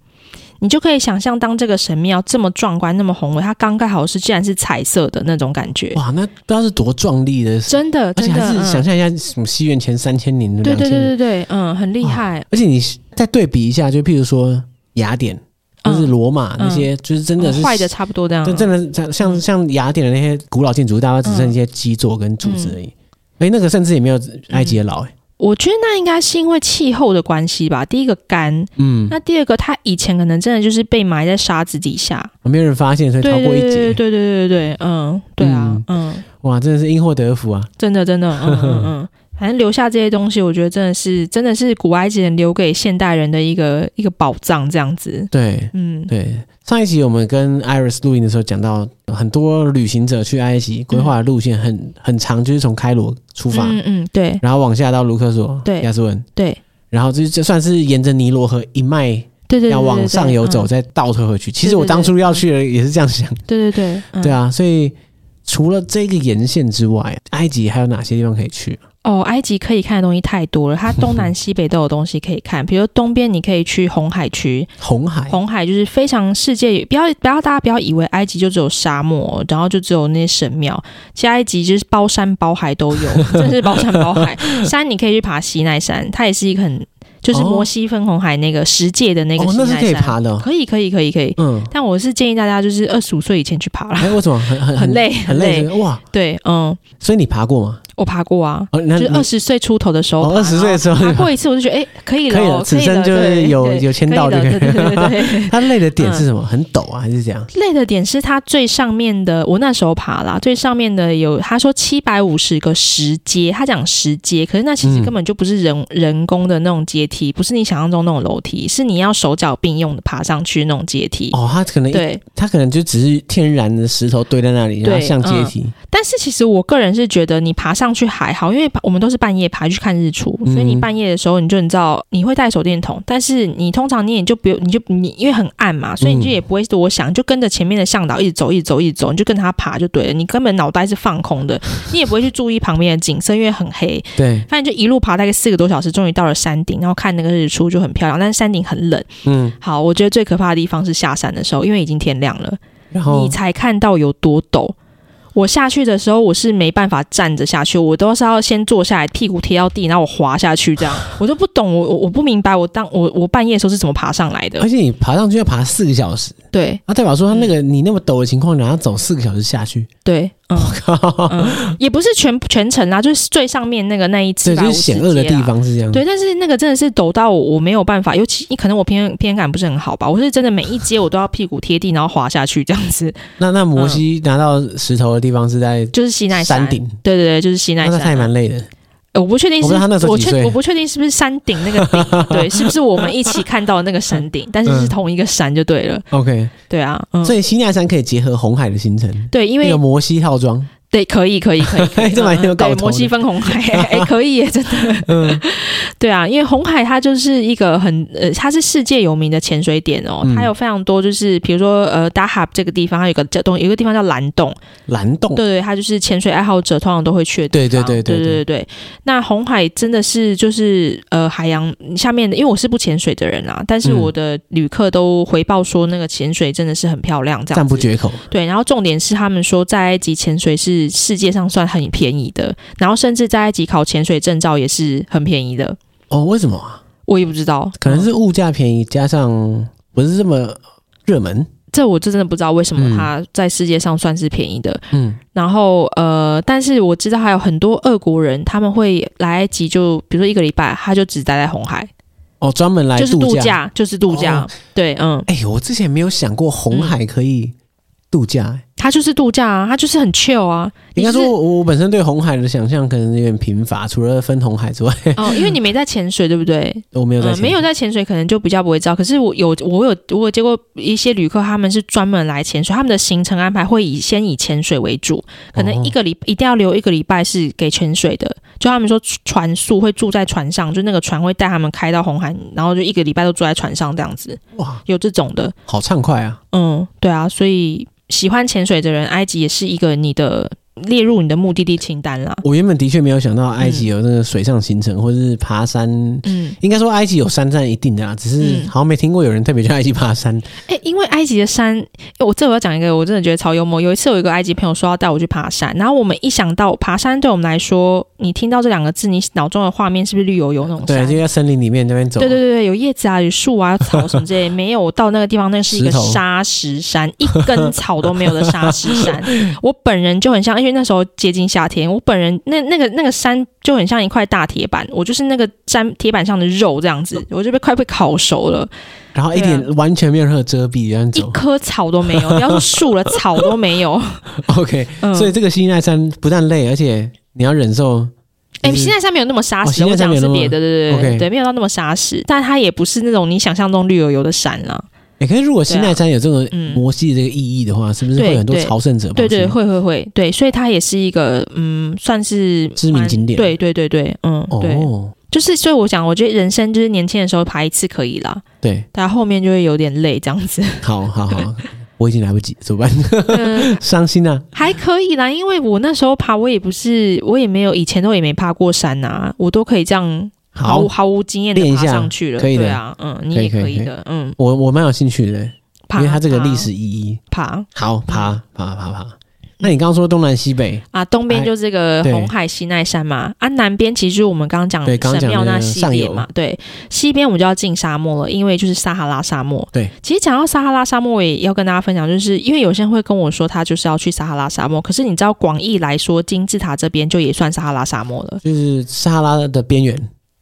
[SPEAKER 2] 你就可以想象，当这个神庙这么壮观、那么宏伟，它刚盖好时竟然是彩色的那种感觉，
[SPEAKER 1] 哇，那不知道是多壮丽的，
[SPEAKER 2] 真的，
[SPEAKER 1] 而
[SPEAKER 2] 真
[SPEAKER 1] 且还
[SPEAKER 2] 的，
[SPEAKER 1] 是想
[SPEAKER 2] 嗯、
[SPEAKER 1] 象一下什么西元前三千年、
[SPEAKER 2] 对
[SPEAKER 1] 两
[SPEAKER 2] 对
[SPEAKER 1] 千
[SPEAKER 2] 对
[SPEAKER 1] 年，
[SPEAKER 2] 对对，嗯，很厉
[SPEAKER 1] 哇
[SPEAKER 2] 害，
[SPEAKER 1] 而且你再对比一下，就譬如说雅典或是罗马那些，就是真的是
[SPEAKER 2] 嗯坏的嗯差不多这样，
[SPEAKER 1] 真真的像像像雅典的那些古老建筑，大概只剩一些基座跟柱子而
[SPEAKER 2] 嗯
[SPEAKER 1] 已。哎、那个甚至也没有埃及的老、欸，
[SPEAKER 2] 我觉得那应该是因为气候的关系吧。第一个干，
[SPEAKER 1] 嗯，
[SPEAKER 2] 那第二个它以前可能真的就是被埋在沙子底下，
[SPEAKER 1] 没有人发现，所以
[SPEAKER 2] 嗯对
[SPEAKER 1] 逃过一劫。
[SPEAKER 2] 对对对对对对，嗯，对啊，嗯，
[SPEAKER 1] 哇，真的是因祸得福啊！
[SPEAKER 2] 真的真的，嗯嗯 嗯，反正留下这些东西，我觉得真的是真的是古埃及人留给现代人的一个一个宝藏，这样子，
[SPEAKER 1] 对
[SPEAKER 2] 嗯，
[SPEAKER 1] 对，上一集我们跟 Iris 录音的时候讲到，很多旅行者去埃及规划的路线很、很长，就是从开罗出发，
[SPEAKER 2] 嗯嗯，对
[SPEAKER 1] 然后往下到卢克索、
[SPEAKER 2] 对
[SPEAKER 1] 亚斯文，
[SPEAKER 2] 对
[SPEAKER 1] 然后这这算是沿着尼罗河一脉
[SPEAKER 2] 对对，嗯
[SPEAKER 1] 要往上游走，，再倒退回去。其实我当初要去的也是这样想，
[SPEAKER 2] 对对对，嗯
[SPEAKER 1] 对。啊，所以除了这个沿线之外，埃及还有哪些地方可以去？
[SPEAKER 2] 哦，埃及可以看的东西太多了，它东南西北都有东西可以看。比如东边你可以去红海区，
[SPEAKER 1] 红海，
[SPEAKER 2] 红海就是非常世界，不要不要大家不要以为埃及就只有沙漠，然后就只有那些神庙，其实埃及就是包山包海都有，真是包山包海。山你可以去爬西奈山，它也是一个很就是
[SPEAKER 1] 哦
[SPEAKER 2] 摩西分红海那个十界的那个
[SPEAKER 1] 哦，
[SPEAKER 2] 西
[SPEAKER 1] 那是
[SPEAKER 2] 奈山，
[SPEAKER 1] 可以爬的、哦，
[SPEAKER 2] 可以可以可以可以。
[SPEAKER 1] 嗯，
[SPEAKER 2] 但我是建议大家就是二十五岁以前去爬啦，
[SPEAKER 1] 哎，为什么很很
[SPEAKER 2] 很累
[SPEAKER 1] 很累是不是？哇，
[SPEAKER 2] 对，嗯，
[SPEAKER 1] 所以你爬过吗？
[SPEAKER 2] 我爬过啊。
[SPEAKER 1] 哦，那
[SPEAKER 2] 就是
[SPEAKER 1] 你
[SPEAKER 2] 二十岁出头的时候爬，
[SPEAKER 1] 哦20岁的时候
[SPEAKER 2] 然后爬过一次，我就觉得哎、可以了
[SPEAKER 1] 可以
[SPEAKER 2] 哦，
[SPEAKER 1] 了此生
[SPEAKER 2] 可以了
[SPEAKER 1] 就是
[SPEAKER 2] 对
[SPEAKER 1] 有
[SPEAKER 2] 对
[SPEAKER 1] 有签到
[SPEAKER 2] 可以
[SPEAKER 1] 就
[SPEAKER 2] 了
[SPEAKER 1] 可
[SPEAKER 2] 对
[SPEAKER 1] 以
[SPEAKER 2] 对对对对。
[SPEAKER 1] 它累的点是什么？很陡啊，还是怎样？
[SPEAKER 2] 累的点是它最上面的，我那时候爬啦，最上面的有他说七百五十个石阶，他讲石阶，可是那其实
[SPEAKER 1] 嗯
[SPEAKER 2] 根本就不是人、人工的那种阶梯，不是你想象中那种楼梯，是你要手脚并用的爬上去那种阶梯。
[SPEAKER 1] 哦，它可能一
[SPEAKER 2] 对，
[SPEAKER 1] 它可能就只是天然的石头堆在那里，然后
[SPEAKER 2] 对
[SPEAKER 1] 像阶梯，
[SPEAKER 2] 但是其实我个人是觉得你爬上去还好，因为我们都是半夜爬去看日出，
[SPEAKER 1] 嗯
[SPEAKER 2] 所以你半夜的时候你就你知道你会带手电筒，但是你通常你也就不用，你就你因为很暗嘛，所以你就也不会多想，你就跟着前面的向导一直走，一直走，一直走，你就跟着他爬就对了，你根本脑袋是放空的，你也不会去注意旁边的景色，因为很黑，
[SPEAKER 1] 对，
[SPEAKER 2] 反正就一路爬大概四个多小时，终于到了山顶，然后看那个日出就很漂亮，但是山顶很冷。
[SPEAKER 1] 嗯，
[SPEAKER 2] 好，我觉得最可怕的地方是下山的时候，因为已经天亮了。
[SPEAKER 1] 然后
[SPEAKER 2] 你才看到有多陡。我下去的时候，我是没办法站着下去，我都是要先坐下来，屁股贴到地，然后我滑下 去，这样我
[SPEAKER 1] 哎
[SPEAKER 2] 都不懂，我我我不明白，我当我我半夜的时候是怎么爬上来的
[SPEAKER 1] 而。且你爬上去要爬四个小时，
[SPEAKER 2] 对
[SPEAKER 1] 那代表说他那个你那么陡的情况，然后走四个小时下去，
[SPEAKER 2] 对，嗯，
[SPEAKER 1] 靠，
[SPEAKER 2] 嗯，也不是全全程啦，就是最上面那个那一次
[SPEAKER 1] 这
[SPEAKER 2] 吧，
[SPEAKER 1] 就是险恶的地
[SPEAKER 2] 五十阶啦。
[SPEAKER 1] 方是这样。
[SPEAKER 2] 对，但是那个真的是陡到我我没有办法，尤其可能我偏偏感不是很好吧，我是真的每一阶我都要屁股贴地，然后滑下去这样子，
[SPEAKER 1] 那那摩西拿到石头的地方是在
[SPEAKER 2] 就是西奈
[SPEAKER 1] 山顶，
[SPEAKER 2] 对对对，就是西奈
[SPEAKER 1] 那
[SPEAKER 2] 山
[SPEAKER 1] 他
[SPEAKER 2] 啊、
[SPEAKER 1] 也蛮累的。
[SPEAKER 2] 呃我不确定
[SPEAKER 1] 我
[SPEAKER 2] 是
[SPEAKER 1] 不知道他那时候
[SPEAKER 2] 我
[SPEAKER 1] 几
[SPEAKER 2] 确
[SPEAKER 1] 岁
[SPEAKER 2] 我不确定是不是山顶那个 顶，对，是不是我们一起看到的那个山顶，但是是
[SPEAKER 1] 嗯
[SPEAKER 2] 同一个山就对了，
[SPEAKER 1] OK，
[SPEAKER 2] 对啊，嗯，
[SPEAKER 1] 所以西奈山可以结合红海的行程，
[SPEAKER 2] 对，因
[SPEAKER 1] 那
[SPEAKER 2] 为
[SPEAKER 1] 个摩西套装。
[SPEAKER 2] 对，可以，可以，可以，可 以嗯
[SPEAKER 1] 这蛮有搞头
[SPEAKER 2] 对，
[SPEAKER 1] 的
[SPEAKER 2] 摩西分红 海，哎、可以耶，真的，
[SPEAKER 1] 嗯
[SPEAKER 2] 对啊，因为红海它就是一个很呃，它是世界有名的潜水点哦，
[SPEAKER 1] 嗯
[SPEAKER 2] 它有非常多，就是比如说呃，达哈这个地方，它有个叫东，有一个地方叫蓝洞，
[SPEAKER 1] 哦蓝洞，
[SPEAKER 2] 对对，它就是潜水爱好者通常都会去的地方
[SPEAKER 1] 对对对
[SPEAKER 2] 对
[SPEAKER 1] 对
[SPEAKER 2] 对对那红海真的是就是呃海洋下面的，因为我是不潜水的人啦，但是
[SPEAKER 1] 嗯
[SPEAKER 2] 我的旅客都回报说那个潜水真的是很漂亮，这样
[SPEAKER 1] 赞不
[SPEAKER 2] 子
[SPEAKER 1] 绝口。
[SPEAKER 2] 对，然后重点是他们说在埃及潜水是世界上算很便宜的，然后甚至在埃及考潜水证照也是很便宜的，
[SPEAKER 1] 哦，为什么啊？
[SPEAKER 2] 我也不知道，
[SPEAKER 1] 可能是物价便宜，加上不是这么热门。
[SPEAKER 2] 这我就真的不知道为什
[SPEAKER 1] 嗯
[SPEAKER 2] 么它在世界上算是便宜的。
[SPEAKER 1] 嗯，
[SPEAKER 2] 然后呃，但是我知道还有很多俄国人他们会来埃及就，比如说一个礼拜，他就只待在红海，
[SPEAKER 1] 哦，专门来
[SPEAKER 2] 就是度
[SPEAKER 1] 假。
[SPEAKER 2] 假，就是度假，
[SPEAKER 1] 哦
[SPEAKER 2] 对，嗯，
[SPEAKER 1] 哎、我之前没有想过红海可以度假、哎
[SPEAKER 2] 他就是度假啊，他就是很 chill 啊，
[SPEAKER 1] 应该
[SPEAKER 2] 你就
[SPEAKER 1] 说
[SPEAKER 2] 是
[SPEAKER 1] 我，我本身对红海的想象可能有点贫乏，除了 分红海之外，
[SPEAKER 2] 哦，因为你没在潜水，对不对？
[SPEAKER 1] 我没有在、
[SPEAKER 2] 嗯，没有。在潜水，可能就比较不会知道。可是我有，我有，我有接过一些旅客，他们是专门来潜水，他们的行程安排会以先以潜水为主，可
[SPEAKER 1] 哦
[SPEAKER 2] 能一个礼、一定要留一个礼拜是给潜水的。就他们说船宿会住在船上，就那个船会带他们开到红海，然后就一个礼拜都住在船上这样子，
[SPEAKER 1] 哇，
[SPEAKER 2] 有这种的。
[SPEAKER 1] 好畅快啊！
[SPEAKER 2] 嗯，对啊，所以喜欢潜水的人，埃及也是一个你的列入你的目的地清单啦。
[SPEAKER 1] 我原本的确没有想到埃及有那个水上行程，或是爬山。
[SPEAKER 2] 嗯，
[SPEAKER 1] 应该说埃及有山站一定的啊，只是
[SPEAKER 2] 嗯
[SPEAKER 1] 好像没听过有人特别去埃及爬山。
[SPEAKER 2] 哎、因为埃及的山，诶我这我要讲一个，我真的觉得超幽默。有一次，有一个埃及朋友说要带我去爬山，然后我们一想到爬山，对我们来说，你听到这两个字，你脑中的画面是不是绿油油那种
[SPEAKER 1] 对，
[SPEAKER 2] 山？
[SPEAKER 1] 就在森林里面那边走。
[SPEAKER 2] 对对对对有叶子啊，有树啊，有草什么之类的。没有，我到那个地方，那是一个
[SPEAKER 1] 石头
[SPEAKER 2] 沙石山，一根草都没有的沙石 山。我本人就很像，因为那时候接近夏天，我本人那那个那个山就很像一块大铁板，我就是那个山铁板上的肉这
[SPEAKER 1] 哦
[SPEAKER 2] 样子，我就被快被烤熟了。
[SPEAKER 1] 然后一
[SPEAKER 2] 对啊
[SPEAKER 1] 点完全没有任何遮蔽，这样
[SPEAKER 2] 一
[SPEAKER 1] 走。
[SPEAKER 2] 棵草都没有，不要说树了，草都没有。
[SPEAKER 1] OK，、
[SPEAKER 2] 嗯，
[SPEAKER 1] 所以这个西奈山不但累，而且你要忍受。
[SPEAKER 2] 哎，
[SPEAKER 1] 就是
[SPEAKER 2] 西奈山没有那么沙石，
[SPEAKER 1] 哦
[SPEAKER 2] 我
[SPEAKER 1] 西奈山
[SPEAKER 2] 讲
[SPEAKER 1] 没
[SPEAKER 2] 的
[SPEAKER 1] 有那
[SPEAKER 2] 是
[SPEAKER 1] 么
[SPEAKER 2] 别的，对对对
[SPEAKER 1] OK
[SPEAKER 2] 对，没有到那么沙石，但它也不是那种你想象中绿油油的山啦、
[SPEAKER 1] 哎、可是如果西奈山有这个
[SPEAKER 2] 嗯
[SPEAKER 1] 摩西的这个意义的话，是不是会有很多
[SPEAKER 2] 对对
[SPEAKER 1] 朝圣者跑
[SPEAKER 2] 对
[SPEAKER 1] 去？
[SPEAKER 2] 对，会会会，对，所以它也是一个嗯，算是
[SPEAKER 1] 知名
[SPEAKER 2] 蛮
[SPEAKER 1] 景点
[SPEAKER 2] 对对对对，嗯，对，
[SPEAKER 1] 哦，
[SPEAKER 2] 就是所以我想，我觉得人生就是年轻的时候爬一次可以啦，
[SPEAKER 1] 对，
[SPEAKER 2] 但后面就会有点累这样子。
[SPEAKER 1] 好好 好，我已经来不及，怎么办？
[SPEAKER 2] 嗯
[SPEAKER 1] 伤心啊！
[SPEAKER 2] 还可以啦，因为我那时候爬，我也不是，我也没有以前都也没爬过山呐、我都可以这样毫
[SPEAKER 1] 好
[SPEAKER 2] 无，毫无经验的
[SPEAKER 1] 练一
[SPEAKER 2] 爬
[SPEAKER 1] 下
[SPEAKER 2] 上去了，
[SPEAKER 1] 可以的
[SPEAKER 2] 对啊，嗯，你
[SPEAKER 1] 可以
[SPEAKER 2] 也
[SPEAKER 1] 可以
[SPEAKER 2] 可以
[SPEAKER 1] 可以
[SPEAKER 2] 的，嗯，
[SPEAKER 1] 我我蛮有兴趣的，
[SPEAKER 2] 爬，
[SPEAKER 1] 因为它这个
[SPEAKER 2] 爬嗯
[SPEAKER 1] 历史意义。
[SPEAKER 2] 爬
[SPEAKER 1] 好，爬爬爬爬。那你刚刚说东南西北，
[SPEAKER 2] 啊，东边
[SPEAKER 1] 哎
[SPEAKER 2] 就是这个
[SPEAKER 1] 对
[SPEAKER 2] 红海西奈山嘛，啊，南边其实就是我们刚刚讲
[SPEAKER 1] 对刚刚讲
[SPEAKER 2] 神庙
[SPEAKER 1] 的
[SPEAKER 2] 那系列嘛，对，西边我们就要进沙漠了，因为就是撒哈拉沙漠。
[SPEAKER 1] 对，
[SPEAKER 2] 其实讲到撒哈拉沙漠，我也要跟大家分享，就是因为有些人会跟我说他就是要去撒哈拉沙漠，可是你知道广义来说，金字塔这边就也算撒哈拉沙漠了，
[SPEAKER 1] 就是撒哈拉的边缘。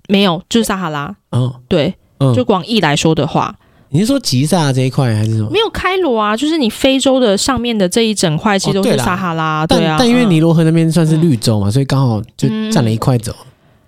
[SPEAKER 2] 没有，就是撒哈拉，
[SPEAKER 1] 哦，
[SPEAKER 2] 对，
[SPEAKER 1] 嗯，
[SPEAKER 2] 就广义来说的话，
[SPEAKER 1] 你是说吉萨这一块还是什么？
[SPEAKER 2] 没有开罗啊，就是你非洲的上面的这一整块，其
[SPEAKER 1] 哦
[SPEAKER 2] 实都
[SPEAKER 1] 对
[SPEAKER 2] 是
[SPEAKER 1] 啦
[SPEAKER 2] 撒哈拉，
[SPEAKER 1] 但
[SPEAKER 2] 对啊。
[SPEAKER 1] 但因为
[SPEAKER 2] 嗯
[SPEAKER 1] 尼罗河那边算是绿洲嘛，所以刚好就占了一块走，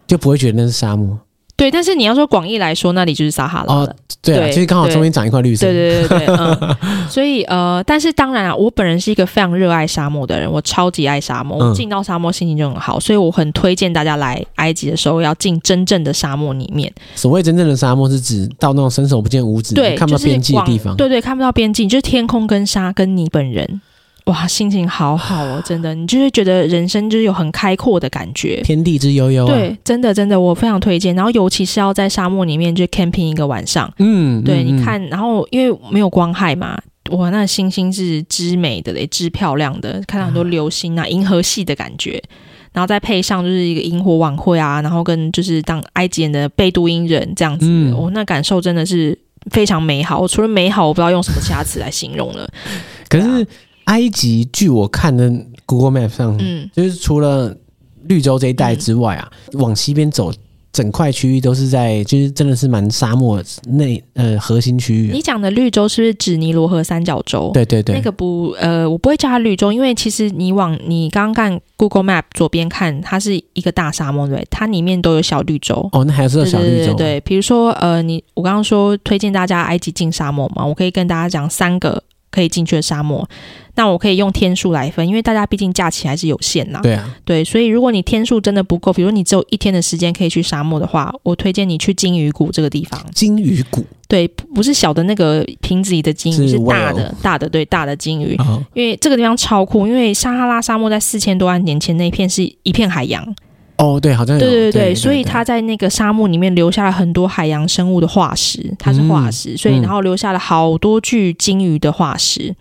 [SPEAKER 1] 就不会觉得那是沙漠。
[SPEAKER 2] 对，但是你要说广义来说，那里就是撒哈拉了。
[SPEAKER 1] 哦对啊，
[SPEAKER 2] 呃对
[SPEAKER 1] 就是刚好中间长一块绿色
[SPEAKER 2] 对。对对对，嗯，所以呃，但是当然啊，我本人是一个非常热爱沙漠的人，我超级爱沙漠，
[SPEAKER 1] 嗯
[SPEAKER 2] 我进到沙漠心情就很好，所以我很推荐大家来埃及的时候要进真正的沙漠里面，
[SPEAKER 1] 所谓真正的沙漠，是指到那种伸手不见五指、
[SPEAKER 2] 对，
[SPEAKER 1] 嗯看不
[SPEAKER 2] 就
[SPEAKER 1] 到边
[SPEAKER 2] 是
[SPEAKER 1] 际的
[SPEAKER 2] 广
[SPEAKER 1] 地方。
[SPEAKER 2] 对对，看不到边境，就是天空跟沙跟你本人，哇，心情好 好哦，真的，你就会觉得人生就是有很开阔的感觉。
[SPEAKER 1] 天地之悠悠啊。
[SPEAKER 2] 对，真的真的，我非常推荐。然后尤其是要在沙漠里面去 camping 一个晚上，
[SPEAKER 1] 嗯，嗯，
[SPEAKER 2] 对，
[SPEAKER 1] 嗯
[SPEAKER 2] 你，看，然后因为没有光害嘛，哇，那星星是之美的嘞，之漂亮的，看到很多流星啊，银河系的感觉。然后再配上就是一个萤火晚会啊，然后跟就是当埃及人的贝都因人这样子，
[SPEAKER 1] 嗯
[SPEAKER 2] 哦，那感受真的是非常美好。我除了美好，我不知道用什么其他词来形容了。
[SPEAKER 1] 可是埃及，据我看的 Google Map 上，
[SPEAKER 2] 嗯，
[SPEAKER 1] 就是除了绿洲这一带之外啊，往西边走，整块区域都是在，就是真的是蛮沙漠内呃核心区域啊、
[SPEAKER 2] 你讲的绿洲是不是指尼罗河三角洲？
[SPEAKER 1] 对对对，
[SPEAKER 2] 那个不，呃，我不会叫它绿洲，因为其实你往你刚刚看 Google Map 左边看，它是一个大沙漠，对不对，它里面都有小绿洲。
[SPEAKER 1] 哦，那还是有
[SPEAKER 2] 对
[SPEAKER 1] 小
[SPEAKER 2] 对
[SPEAKER 1] 绿
[SPEAKER 2] 对
[SPEAKER 1] 洲
[SPEAKER 2] 对，对比如说呃，你我刚刚说推荐大家埃及进沙漠嘛，我可以跟大家讲三个可以进去的沙漠。那我可以用天数来分，因为大家毕竟假期还是有限呐、
[SPEAKER 1] 对啊，
[SPEAKER 2] 对，所以如果你天数真的不够，比如你只有一天的时间可以去沙漠的话，我推荐你去金鱼谷这个地方。
[SPEAKER 1] 金鱼谷
[SPEAKER 2] 对，不不是小的那个瓶子里的金鱼，
[SPEAKER 1] 是
[SPEAKER 2] 是大
[SPEAKER 1] whale
[SPEAKER 2] 的大的对大的金鱼。
[SPEAKER 1] 哦，
[SPEAKER 2] 因为这个地方超酷，因为撒哈拉沙漠在四千多万年前那一片是一片海洋，
[SPEAKER 1] 哦对，好像有
[SPEAKER 2] 对
[SPEAKER 1] 对
[SPEAKER 2] 对哎对，所以它在那个沙漠里面留下了很多海洋生物的化石，它是化石，所以然后留下了好多具鲸鱼的化石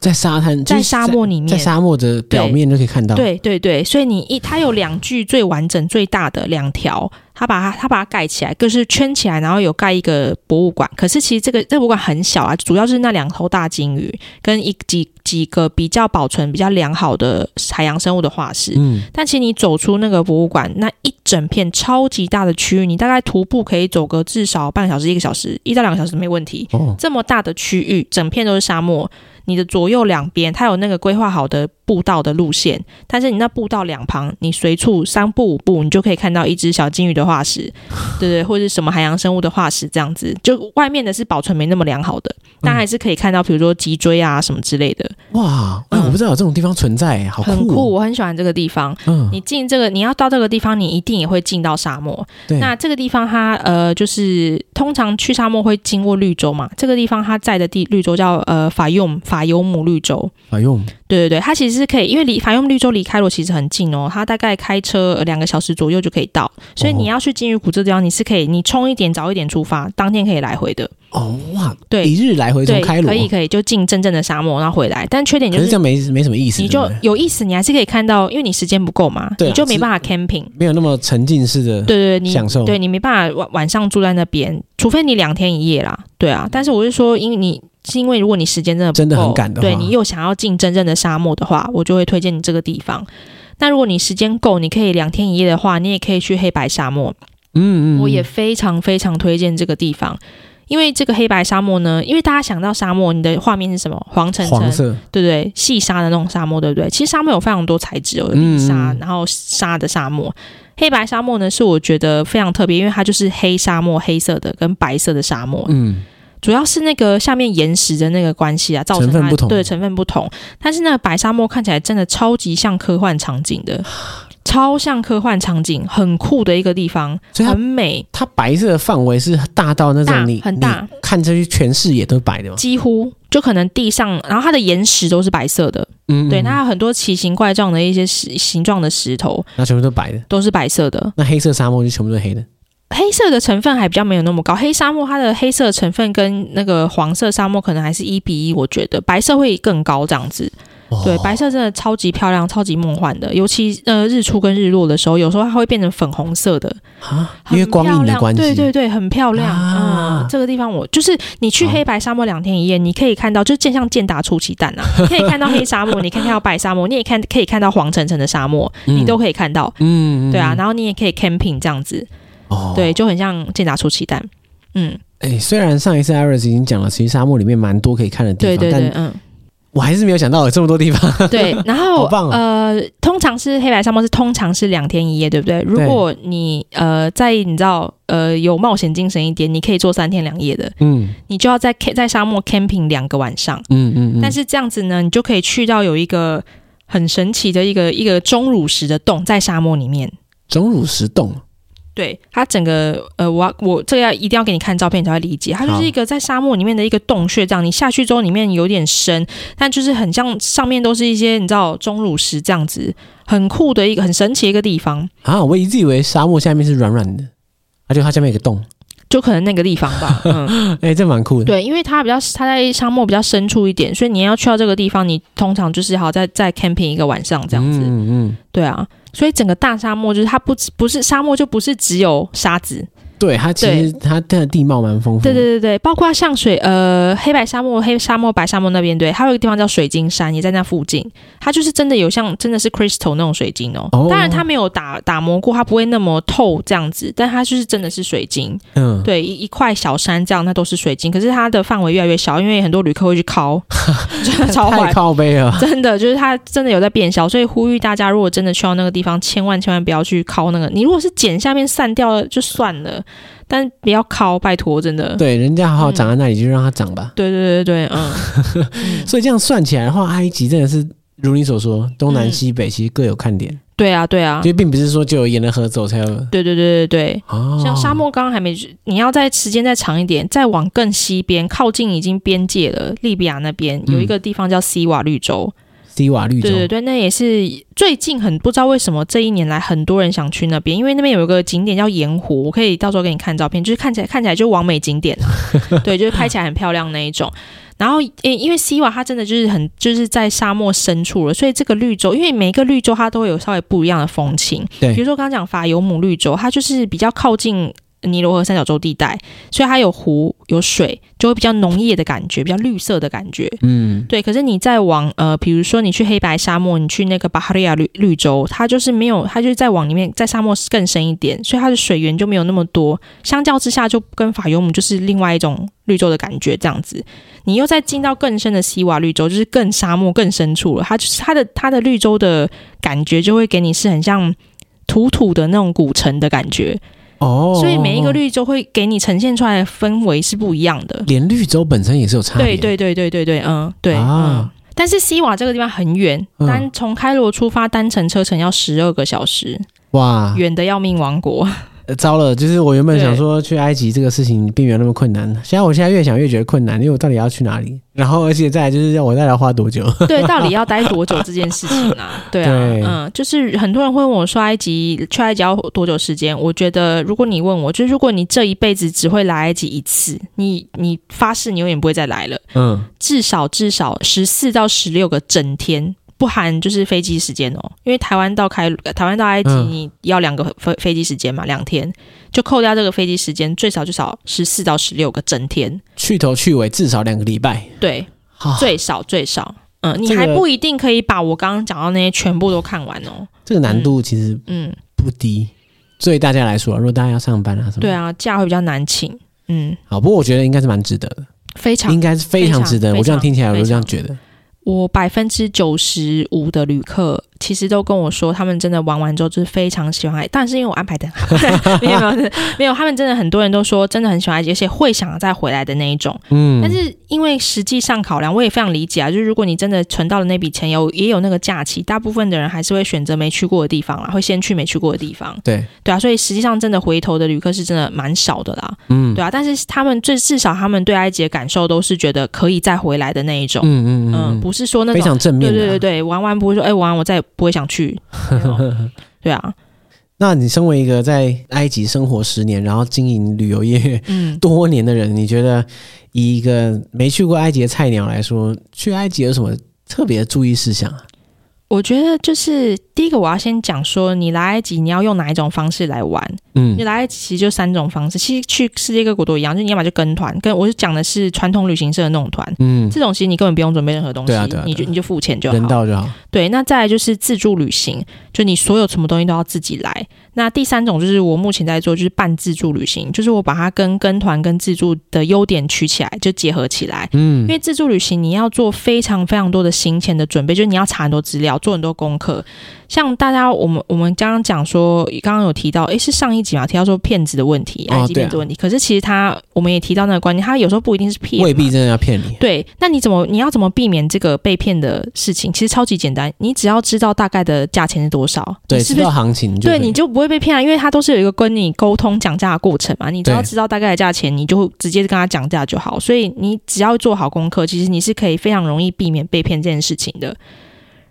[SPEAKER 1] 在沙滩，就是
[SPEAKER 2] 在沙漠里
[SPEAKER 1] 在
[SPEAKER 2] 面。
[SPEAKER 1] 沙漠的表面就可以看到，
[SPEAKER 2] 对对对，所以你一它有两具最完整最大的两条，它把它它把它盖起来，就是圈起来，然后有盖一个博物馆。可是其实这个这个博物馆很小啊，主要是那两头大鲸鱼跟一几几个比较保存比较良好的海洋生物的化石。
[SPEAKER 1] 嗯，
[SPEAKER 2] 但其实你走出那个博物馆，那一整片超级大的区域，你大概徒步可以走个至少半个小时、一个小时，一到两个小时没问题。
[SPEAKER 1] 哦，
[SPEAKER 2] 这么大的区域，整片都是沙漠，你的左右两边它有那个规划好的步道的路线，但是你那步道两旁，你随处三步五步，你就可以看到一只小金鱼的化石， 对对，或者是什么海洋生物的化石这样子。就外面的是保存没那么良好的，但还是可以看到，比如说脊椎啊什么之类的，
[SPEAKER 1] 哇，哎，
[SPEAKER 2] 嗯
[SPEAKER 1] 我不知道有这种地方存在，好
[SPEAKER 2] 很酷，
[SPEAKER 1] 酷哦，
[SPEAKER 2] 我很喜欢这个地方。
[SPEAKER 1] 嗯，
[SPEAKER 2] 你进这个，你要到这个地方，你一定也会进到沙漠。
[SPEAKER 1] 对，
[SPEAKER 2] 那这个地方它呃，就是通常去沙漠会经过绿洲嘛。这个地方它在的地绿洲叫呃法用法尤姆绿洲。
[SPEAKER 1] 好用，
[SPEAKER 2] 对对对，它其实是可以，因为离法尤姆绿洲离开罗其实很近哦，它大概开车呃两个小时左右就可以到。所以
[SPEAKER 1] 哦
[SPEAKER 2] 你要去金鱼谷这地方，你是可以你冲一点早一点出发，当天可以来回的。
[SPEAKER 1] 哦哇，
[SPEAKER 2] 对
[SPEAKER 1] 一日来回从
[SPEAKER 2] 对，
[SPEAKER 1] 开罗
[SPEAKER 2] 可，以可以就进真正的沙漠，然后回来。但缺点
[SPEAKER 1] 可
[SPEAKER 2] 就是
[SPEAKER 1] 这
[SPEAKER 2] 是
[SPEAKER 1] 样没没什么意思，
[SPEAKER 2] 你
[SPEAKER 1] 对
[SPEAKER 2] 就
[SPEAKER 1] 不对
[SPEAKER 2] 有意思，你还是可以看到，因为你时间不够嘛，
[SPEAKER 1] 对啊
[SPEAKER 2] 你就没
[SPEAKER 1] 是
[SPEAKER 2] 办法 camping。
[SPEAKER 1] 没有那么沉浸式的，
[SPEAKER 2] 对对，对你
[SPEAKER 1] 享受
[SPEAKER 2] 对你没办法晚晚上住在那边，除非你两天一夜啦，对啊。但是我是说，因为你是因为如果你时间真的不
[SPEAKER 1] 真的很
[SPEAKER 2] 够
[SPEAKER 1] 赶的
[SPEAKER 2] 对
[SPEAKER 1] 话
[SPEAKER 2] 你又想要进真正的沙漠的话，我就会推荐你这个地方。那如果你时间够，你可以两天一夜的话，你也可以去黑白沙漠，
[SPEAKER 1] 嗯嗯，
[SPEAKER 2] 我也
[SPEAKER 1] 嗯
[SPEAKER 2] 非常非常推荐这个地方。因为这个黑白沙漠呢，因为大家想到沙漠，你的画面是什么？黄橙橙
[SPEAKER 1] 黄，色，
[SPEAKER 2] 对不对？细沙的那种沙漠，对不对？其实沙漠有非常多材质哦，有
[SPEAKER 1] 嗯
[SPEAKER 2] 砾沙，然后沙的沙漠。黑白沙漠呢，是我觉得非常特别，因为它就是黑沙漠，黑色的跟白色的沙漠，
[SPEAKER 1] 嗯，
[SPEAKER 2] 主要是那个下面岩石的那个关系啊，造成
[SPEAKER 1] 成分
[SPEAKER 2] 它
[SPEAKER 1] 不同
[SPEAKER 2] 对成分不同。但是那个白沙漠看起来真的超级像科幻场景的，超像科幻场景，很酷的一个地方，
[SPEAKER 1] 所以它
[SPEAKER 2] 很美，
[SPEAKER 1] 它白色的范围是大到啊那
[SPEAKER 2] 大
[SPEAKER 1] 种你
[SPEAKER 2] 很大，
[SPEAKER 1] 你看这些全视野都是白的嘛，
[SPEAKER 2] 几乎就可能地上，然后它的岩石都是白色的，
[SPEAKER 1] 嗯，
[SPEAKER 2] 对，
[SPEAKER 1] 嗯
[SPEAKER 2] 它有很多奇形怪状的一些石形状的石头，
[SPEAKER 1] 那全部都白的，
[SPEAKER 2] 都是白色的，
[SPEAKER 1] 那黑色沙漠就全部都是黑的，
[SPEAKER 2] 黑色的成分还比较没有那么高。黑沙漠它的黑色成分跟那个黄色沙漠可能还是一比一，我觉得白色会更高这样子。
[SPEAKER 1] 哦
[SPEAKER 2] 对，白色真的超级漂亮、超级梦幻的，尤其呃日出跟日落的时候，有时候它会变成粉红色的，
[SPEAKER 1] 啊，因为光影
[SPEAKER 2] 很漂
[SPEAKER 1] 的
[SPEAKER 2] 亮
[SPEAKER 1] 关系，
[SPEAKER 2] 对对对，很漂亮
[SPEAKER 1] 啊哦
[SPEAKER 2] 啊、嗯这个地方我就是你去
[SPEAKER 1] 好
[SPEAKER 2] 黑白沙漠两天一夜，你可以看到，就见像健达出奇蛋啊，你可以看到黑沙漠，你可以看到白沙漠，你也看可以看到黄澄澄的沙漠，
[SPEAKER 1] 嗯，
[SPEAKER 2] 你都可以看到。
[SPEAKER 1] 嗯，嗯
[SPEAKER 2] 对啊，
[SPEAKER 1] 嗯
[SPEAKER 2] 然后你也可以 camping 这样子，
[SPEAKER 1] 哦，
[SPEAKER 2] 对，就很像健达出奇蛋。嗯，
[SPEAKER 1] 哎，虽然上一次 Iris 已经讲了，其实沙漠里面蛮多可以看的地
[SPEAKER 2] 对
[SPEAKER 1] 方，
[SPEAKER 2] 对对，
[SPEAKER 1] 但
[SPEAKER 2] 嗯，
[SPEAKER 1] 我还是没有想到有这么多地方，
[SPEAKER 2] 对。然后
[SPEAKER 1] 好棒哦
[SPEAKER 2] 呃，通常是黑白沙漠是通常是两天一夜，对不对？如果你呃在你知道呃有冒险精神一点，你可以做三天两夜的，
[SPEAKER 1] 嗯
[SPEAKER 2] 你就要在 ca- 在沙漠 camping 两个晚上。
[SPEAKER 1] 嗯嗯嗯，
[SPEAKER 2] 但是这样子呢，你就可以去到有一个很神奇的一个一个钟乳石的洞，在沙漠里面。
[SPEAKER 1] 钟乳石洞，
[SPEAKER 2] 对它整个呃，我要我这个要一定要给你看照片你才会理解，它就
[SPEAKER 1] 好
[SPEAKER 2] 是一个在沙漠里面的一个洞穴，这样你下去之后里面有点深，但就是很像上面都是一些你知道钟乳石这样子，很酷的一个很神奇的一个地方，
[SPEAKER 1] 啊，我一直以为沙漠下面是软软的，而且它下面有个洞，
[SPEAKER 2] 就可能那个地方 吧，嗯，
[SPEAKER 1] 哎，这蛮酷的，
[SPEAKER 2] 对，因为它比较它在沙漠比较深处一点，所以你要去到这个地方，你通常就是好在在 camping 一个晚上这样子，
[SPEAKER 1] 嗯嗯，
[SPEAKER 2] 对啊，所以整个大沙漠就是它不只不是沙漠就不是只有沙子，
[SPEAKER 1] 嗯对它其实它的地貌蛮丰富的，
[SPEAKER 2] 对对对对，包括像水呃黑白沙漠、黑沙漠、白沙漠那边，对，还有一个地方叫水晶山，也在那附近。它就是真的有像真的是 crystal 那种水晶哦，
[SPEAKER 1] 哦
[SPEAKER 2] 当然它没有打打磨过，它不会那么透这样子，但它就是真的是水晶。
[SPEAKER 1] 嗯，
[SPEAKER 2] 对，一一块小山这样，那都是水晶，可是它的范围越来越小，因为很多旅客会去敲，真的超
[SPEAKER 1] 太
[SPEAKER 2] 坏。
[SPEAKER 1] 靠背了，
[SPEAKER 2] 真的就是它真的有在变小，所以呼吁大家，如果真的去到那个地方，千万千万不要去敲那个。你如果是剪下面散掉了就算了，但不要敲，拜托，真 的。
[SPEAKER 1] 对，人家好好长在那里，就让它长吧。
[SPEAKER 2] 对对对对， 嗯，嗯
[SPEAKER 1] 所以这样算起来的话，埃及真的是如你所说，东
[SPEAKER 2] 嗯
[SPEAKER 1] 南西北其实各有看点，
[SPEAKER 2] 对啊对啊，
[SPEAKER 1] 就并不是说就有沿着河走才有
[SPEAKER 2] 对对对对对。
[SPEAKER 1] 哦。
[SPEAKER 2] 像沙漠刚刚还没，你要在时间再长一点，再往更西边，靠近已经边界了，利比亚那边有一个地方叫西瓦绿洲，
[SPEAKER 1] 低瓦嗯绿洲
[SPEAKER 2] 对，对对，那也是最近很不知道为什么这一年来很多人想去那边，因为那边有一个景点叫盐湖，我可以到时候给你看照片，就是看起来看起来就是完美 景点啊，对，就是拍起来很漂亮那一种。然后，诶，因为西瓦它真的就是很就是在沙漠深处了，所以这个绿洲，因为每一个绿洲它都会有稍微不一样的风情。
[SPEAKER 1] 对
[SPEAKER 2] 比如说刚刚讲法尤姆绿洲，它就是比较靠近尼罗河三角洲地带，所以它有湖有水，就会比较农业的感觉，比较绿色的感觉。
[SPEAKER 1] 嗯，
[SPEAKER 2] 对，可是你再往呃，比如说你去黑白沙漠，你去那个巴哈利亚绿绿洲，它就是没有，它就是再往里面，在沙漠更深一点，所以它的水源就没有那么多。相较之下，就跟法尤姆就是另外一种绿洲的感觉这样子。你又再进到更深的西瓦绿洲，就是更沙漠、更深处了。它就是它的它的绿洲的感觉，就会给你是很像土土的那种古城的感觉。
[SPEAKER 1] 哦，
[SPEAKER 2] 所以每一个绿洲会给你呈现出来的氛围是不一样的。
[SPEAKER 1] 连绿洲本身也是有差别，
[SPEAKER 2] 对对对对对对，嗯，对
[SPEAKER 1] 啊
[SPEAKER 2] 嗯。但是西瓦这个地方很远，
[SPEAKER 1] 嗯
[SPEAKER 2] 单从开罗出发，单程车程要十二个小时，
[SPEAKER 1] 哇，
[SPEAKER 2] 远的要命。王 国，
[SPEAKER 1] 呃糟了！就是我原本
[SPEAKER 2] 对
[SPEAKER 1] 想说去埃及这个事情并没有那么困难，现在我现在越想越觉得困难，因为我到底要去哪里？然后而且再来就是要我再来花多 久？
[SPEAKER 2] 对，到底要待多久这件事情 啊？对啊，
[SPEAKER 1] 对
[SPEAKER 2] 嗯，就是很多人会问我说，埃及去埃及要多久时间？我觉得，如果你问我，就是如果你这一辈子只会来埃及一次，你你发誓你永远不会再来了，
[SPEAKER 1] 嗯，
[SPEAKER 2] 至少至少十四到十六个整天，不含就是飞机时间哦。因为台湾到开呃台湾到埃及，
[SPEAKER 1] 嗯
[SPEAKER 2] 你要两个飞飞机时间嘛，两天就扣掉这个飞机时间，最少最少十四到十六个整天，
[SPEAKER 1] 去头去尾至少两个礼拜。啊
[SPEAKER 2] 对，
[SPEAKER 1] 好，
[SPEAKER 2] 最少最少。嗯，你
[SPEAKER 1] 这个
[SPEAKER 2] 还不一定可以把我刚刚讲到那些全部都看完哦。
[SPEAKER 1] 这个难度其实
[SPEAKER 2] 嗯，
[SPEAKER 1] 不低，对大家来说，如果大家要上班啊什么，
[SPEAKER 2] 对，啊，假会比较难请。嗯，
[SPEAKER 1] 好，不过我觉得应该是蛮值得的，
[SPEAKER 2] 非常
[SPEAKER 1] 应该是非常值得。
[SPEAKER 2] 非常
[SPEAKER 1] 我这样听起来，我
[SPEAKER 2] 非常
[SPEAKER 1] 就这样觉得。
[SPEAKER 2] 我百分之九十五的旅客其实都跟我说，他们真的玩完之后就是非常喜欢埃，但是因为我安排的好， 没有没有没有，他们真的很多人都说真的很喜欢埃及，而且会想再回来的那一种。
[SPEAKER 1] 嗯，
[SPEAKER 2] 但是因为实际上考量，我也非常理解啊，就是如果你真的存到了那笔钱，有也有那个假期，大部分的人还是会选择没去过的地方啦，会先去没去过的地方，
[SPEAKER 1] 对，
[SPEAKER 2] 对啊，所以实际上真的回头的旅客是真的蛮少的啦，
[SPEAKER 1] 嗯，
[SPEAKER 2] 对啊，但是他们最至少他们对埃及的感受都是觉得可以再回来的那一种。
[SPEAKER 1] 嗯嗯
[SPEAKER 2] 嗯，
[SPEAKER 1] 嗯嗯，
[SPEAKER 2] 不是说那
[SPEAKER 1] 非
[SPEAKER 2] 种
[SPEAKER 1] 常正面
[SPEAKER 2] 对
[SPEAKER 1] 的啊。
[SPEAKER 2] 对对对，玩完不会说，哎、玩完我再也不会 想去。没有对啊，
[SPEAKER 1] 那你身为一个在埃及生活十年，然后经营旅游业
[SPEAKER 2] 嗯，
[SPEAKER 1] 多年的人，你觉得以一个没去过埃及的菜鸟来说，去埃及有什么特别的注意事项啊？
[SPEAKER 2] 我觉得就是第一个，我要先讲说，你来埃及你要用哪一种方式来玩？
[SPEAKER 1] 嗯
[SPEAKER 2] 你来埃及其实就三种方式，其实去世界各国都一样，就你要么就跟团，跟我是讲的是传统旅行社的那种团。
[SPEAKER 1] 嗯，
[SPEAKER 2] 这种其实你根本不用准备任何东西，
[SPEAKER 1] 对啊对啊
[SPEAKER 2] 你就
[SPEAKER 1] 对啊
[SPEAKER 2] 你就付钱就
[SPEAKER 1] 人
[SPEAKER 2] 好。
[SPEAKER 1] 道就好。
[SPEAKER 2] 对，那再来就是自助旅行，就你所有什么东西都要自己来。那第三种就是我目前在做，就是半自助旅行，就是我把它跟跟团跟自助的优点取起来，就结合起来。
[SPEAKER 1] 嗯
[SPEAKER 2] 因，为自助旅行你要做非常非常多的行前的准备，就是你要查很多资料，做很多功课。像大家我们我们刚刚讲说，刚刚有提到，诶，是上一集嘛，提到说骗子的问题，
[SPEAKER 1] 哦
[SPEAKER 2] 埃及
[SPEAKER 1] 对啊
[SPEAKER 2] 骗子的问题。可是其实他我们也提到那个观念，他有时候不一定是骗嘛，
[SPEAKER 1] 未必真的要骗你。
[SPEAKER 2] 对，那你怎么你要怎么避免这个被骗的事情？其实超级简单，你只要知道大概的价钱是多少，
[SPEAKER 1] 对，
[SPEAKER 2] 你是
[SPEAKER 1] 知
[SPEAKER 2] 不是
[SPEAKER 1] 道行情就可
[SPEAKER 2] 对
[SPEAKER 1] 以
[SPEAKER 2] 你就不会被骗啊？因为他都是有一个跟你沟通讲价的过程嘛，你只要
[SPEAKER 1] 对
[SPEAKER 2] 知道大概的价钱，你就会直接跟他讲价就好。所以你只要做好功课，其实你是可以非常容易避免被骗这件事情的。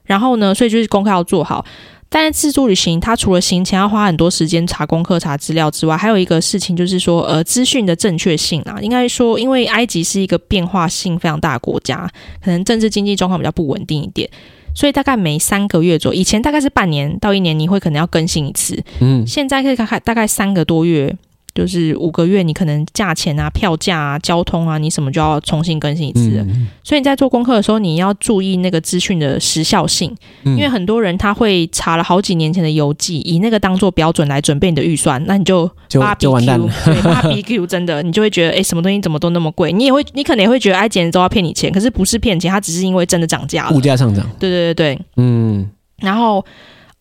[SPEAKER 2] 然后呢，所以就是功课要做好。但是自助旅行，它除了行前要花很多时间查功课、查资料之外，还有一个事情就是说，呃，资讯的正确性啊，应该说，因为埃及是一个变化性非常大的国家，可能政治经济状况比较不稳定一点，所以大概每三个月左右，以前大概是半年到一年，你会可能要更新一次，
[SPEAKER 1] 嗯
[SPEAKER 2] 现在可以看看大概三个多月就是五个月，你可能价钱啊、票价啊、交通啊，你什么就要重新更新一次了。
[SPEAKER 1] 嗯，
[SPEAKER 2] 所以你在做功课的时候，你要注意那个资讯的时效性，
[SPEAKER 1] 因
[SPEAKER 2] 因为很多人他会查了好几年前的游记，以那个当做标准来准备你的预算，那你就
[SPEAKER 1] 就
[SPEAKER 2] 芭比
[SPEAKER 1] 就
[SPEAKER 2] Q，
[SPEAKER 1] 完蛋了。
[SPEAKER 2] 对芭比 Q 真的，你就会觉得，哎、什么东西怎么都那么贵？你也会，你可能也会觉得，哎，简直都要骗你钱，可是不是骗钱，它只是因为真的涨价了
[SPEAKER 1] 物。价上涨，
[SPEAKER 2] 对对对对，
[SPEAKER 1] 嗯，
[SPEAKER 2] 然后。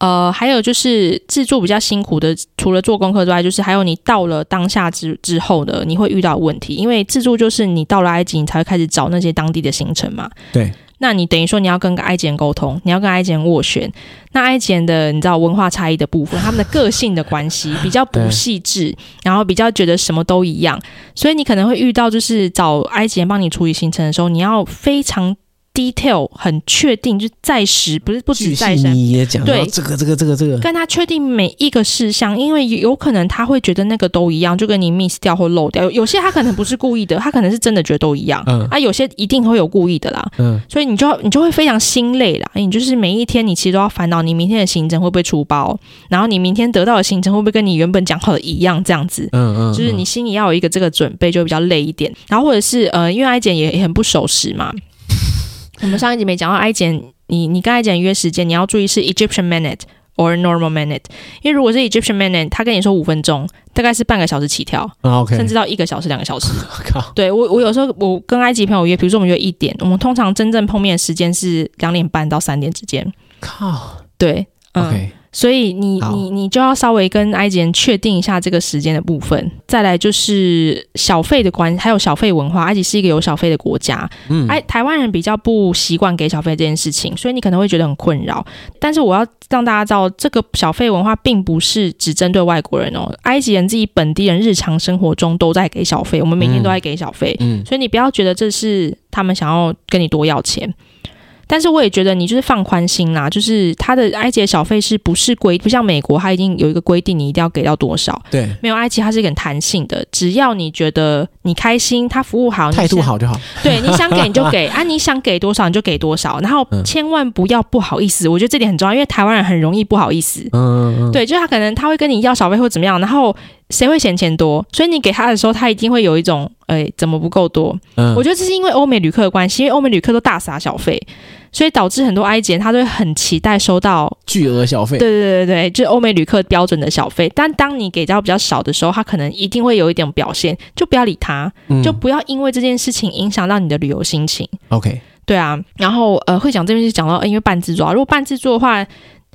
[SPEAKER 2] 呃，还有就是制作比较辛苦的，除了做功课之外，就是还有你到了当下之之后呢，你会遇到问题，因为自助就是你到了埃及，你才会开始找那些当地的行程嘛。
[SPEAKER 1] 对，
[SPEAKER 2] 那你等于说你要跟个埃及人沟通，你要跟埃及人斡旋。那埃及人的你知道文化差异的部分，他们的个性的关系比较不细致，然后比较觉得什么都一样，所以你可能会遇到就是找埃及人帮你处理行程的时候，你要非常 detail 很确定，就在时不是不止
[SPEAKER 1] 巨细
[SPEAKER 2] 在时。
[SPEAKER 1] 你也讲到
[SPEAKER 2] 对
[SPEAKER 1] 这个这个这个这个，
[SPEAKER 2] 跟他确定每一个事项，因为有可能他会觉得那个都一样，就跟你 miss 掉或漏掉。有有些他可能不是故意的，他可能是真的觉得都一样。
[SPEAKER 1] 嗯
[SPEAKER 2] 啊，有些一定会有故意的啦。
[SPEAKER 1] 嗯，
[SPEAKER 2] 所以你就要你就会非常心累啦。你就是每一天你其实都要烦恼你明天的行程会不会出包，然后你明天得到的行程会不会跟你原本讲好的一样这样子。
[SPEAKER 1] 嗯嗯，
[SPEAKER 2] 就是你心里要有一个这个准备，就会比较累一点。然后或者是呃，因为艾姐也也很不守 时嘛。我们上一集没讲到艾姐，你你跟艾姐约时间，你要注意是 Egyptian minute or normal minute，因为如果是 Egyptian minute，他跟你说五分钟，大概是半个小时起跳，
[SPEAKER 1] 啊 OK，
[SPEAKER 2] 甚至到一个小时、两个小时。
[SPEAKER 1] 靠，
[SPEAKER 2] 对我，我有时候我跟埃及朋友约，比如说我们约一点，我们通常真正碰面的时间是两点半到三点之间。
[SPEAKER 1] 靠
[SPEAKER 2] 对，嗯
[SPEAKER 1] ，OK，
[SPEAKER 2] 所以你
[SPEAKER 1] 好
[SPEAKER 2] 你你就要稍微跟埃及人确定一下这个时间的部分。再来就是小费的关，还有小费文化。埃及是一个有小费的国家，
[SPEAKER 1] 嗯，
[SPEAKER 2] 哎，台湾人比较不习惯给小费这件事情，所以你可能会觉得很困扰。但是我要让大家知道，这个小费文化并不是只针对外国人哦，埃及人自己本地人日常生活中都在给小费，我们每天都在给小费，
[SPEAKER 1] 嗯
[SPEAKER 2] 所以你不要觉得这是他们想要跟你多要钱。但是我也觉得你就是放宽心啦，就是他的埃及的小费是不是规不像美国，它已经有一个规定，你一定要给到多少？
[SPEAKER 1] 对，
[SPEAKER 2] 没有埃及它是一个很弹性的，只要你觉得你开心，他服务好，你
[SPEAKER 1] 态度
[SPEAKER 2] 想
[SPEAKER 1] 好就好，
[SPEAKER 2] 对，你想给你就 给啊，你想给多少你就给多少，然后
[SPEAKER 1] 嗯
[SPEAKER 2] 千万不要不好意思，我觉得这点很重要，因为台湾人很容易不好意思。
[SPEAKER 1] 嗯嗯，嗯，
[SPEAKER 2] 对，就是他可能他会跟你要小费或怎么样，然后谁会嫌钱多，所以你给他的时候，他一定会有一种，哎，怎么不够多？
[SPEAKER 1] 嗯
[SPEAKER 2] 我觉得这是因为欧美旅客的关系，因为欧美旅客都大撒小费，所以导致很多埃及人他都会很期待收到，
[SPEAKER 1] 巨额小费，
[SPEAKER 2] 对对对对，就是欧美旅客标准的小费。但当你给到比较少的时候，他可能一定会有一点表现，就不要理他，
[SPEAKER 1] 嗯，
[SPEAKER 2] 就不要因为这件事情影响到你的旅游心情。
[SPEAKER 1] OK，
[SPEAKER 2] 对啊，然后呃，会讲这边是讲到、呃因为半自助啊，如果半自助的话，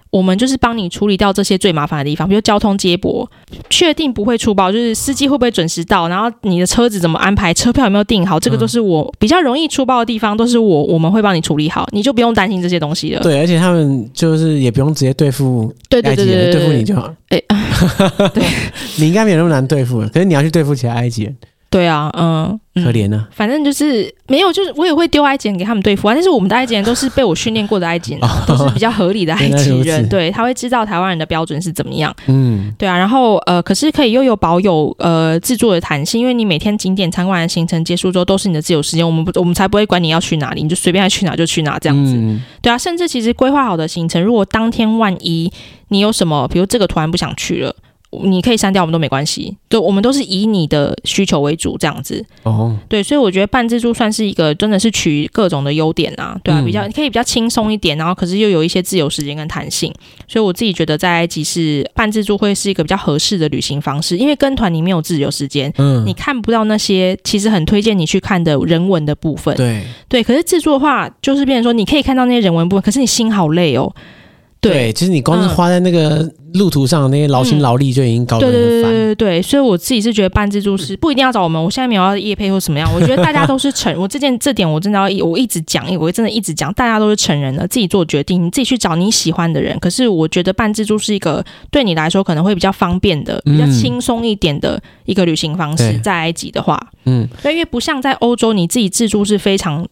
[SPEAKER 2] 我们就是帮你处理掉这些最麻烦的地方，比如交通接驳，确定不会出包，就是司机会不会准时到，然后你的车子怎么安排，车票有没有订好，这个
[SPEAKER 1] 嗯
[SPEAKER 2] 都是我、比较容易出包的地方，都是我我们会帮你处理好，你就不用担心这些东西了。
[SPEAKER 1] 对，而且他们就是也不用直接对付
[SPEAKER 2] 对对
[SPEAKER 1] 埃
[SPEAKER 2] 对
[SPEAKER 1] 及
[SPEAKER 2] 对
[SPEAKER 1] 人，
[SPEAKER 2] 对
[SPEAKER 1] 对付你就好。
[SPEAKER 2] 哎， 对，
[SPEAKER 1] 你应该没有那么难对付，啊可是你要去对付其他埃及人，
[SPEAKER 2] 对啊，嗯，嗯
[SPEAKER 1] 可怜啊呢。
[SPEAKER 2] 反正就是没有，就是我也会丢埃及人给他们对付啊。但是我们的埃及人都是被我训练过的 埃及人啊，都是比较合理的埃及
[SPEAKER 1] 哦原来如
[SPEAKER 2] 人，
[SPEAKER 1] 此
[SPEAKER 2] 对他会知道台湾人的标准是怎么样。
[SPEAKER 1] 嗯，
[SPEAKER 2] 对啊，然后呃，可是可以又有保有呃自助的弹性，因为你每天景点参观的行程结束之后都是你的自由时间，我们不我们才不会管你要去哪里，你就随便爱去哪就去哪这样子。
[SPEAKER 1] 嗯
[SPEAKER 2] 对啊，甚至其实规划好的行程，如果当天万一你有什么，比如这个突然不想去了。你可以删掉，我们都没关系。对，我们都是以你的需求为主，这样子。
[SPEAKER 1] 哦，
[SPEAKER 2] 对，所以我觉得半自助算是一个真的是取各种的优点啊，对啊，
[SPEAKER 1] 嗯
[SPEAKER 2] 比较可以比较轻松一点，然后可是又有一些自由时间跟弹性，所以我自己觉得在埃及是半自助会是一个比较合适的旅行方式，因为跟团你没有自由时间。
[SPEAKER 1] 嗯
[SPEAKER 2] 你，看不到那些，其实很推荐你去看的人文的部分。
[SPEAKER 1] 对
[SPEAKER 2] 对可是自助的话，就是变成说你可以看到那些人文部分，可是你心好累哦。对，
[SPEAKER 1] 对，其实你光是花在那个路途上的那些劳心劳力就已经搞得
[SPEAKER 2] 对对
[SPEAKER 1] 很
[SPEAKER 2] 对对
[SPEAKER 1] 哦烦。
[SPEAKER 2] 对对，所以我自己是觉得半自助是不一定要找我们，我现在没有要业配或什么样，我觉得大家都是成， 我这件这点我真的要一我一直讲，我真的一直讲，大家都是成人了，自己做决定，你自己去找你喜欢的人。可是我觉得半自助是一个对你来说可能会比较方便的、比较
[SPEAKER 1] 嗯
[SPEAKER 2] 轻松一点的一个旅行方式
[SPEAKER 1] 对，
[SPEAKER 2] 在埃及的话，
[SPEAKER 1] 嗯，
[SPEAKER 2] 对，因为不像在欧洲，你自己自助是非常。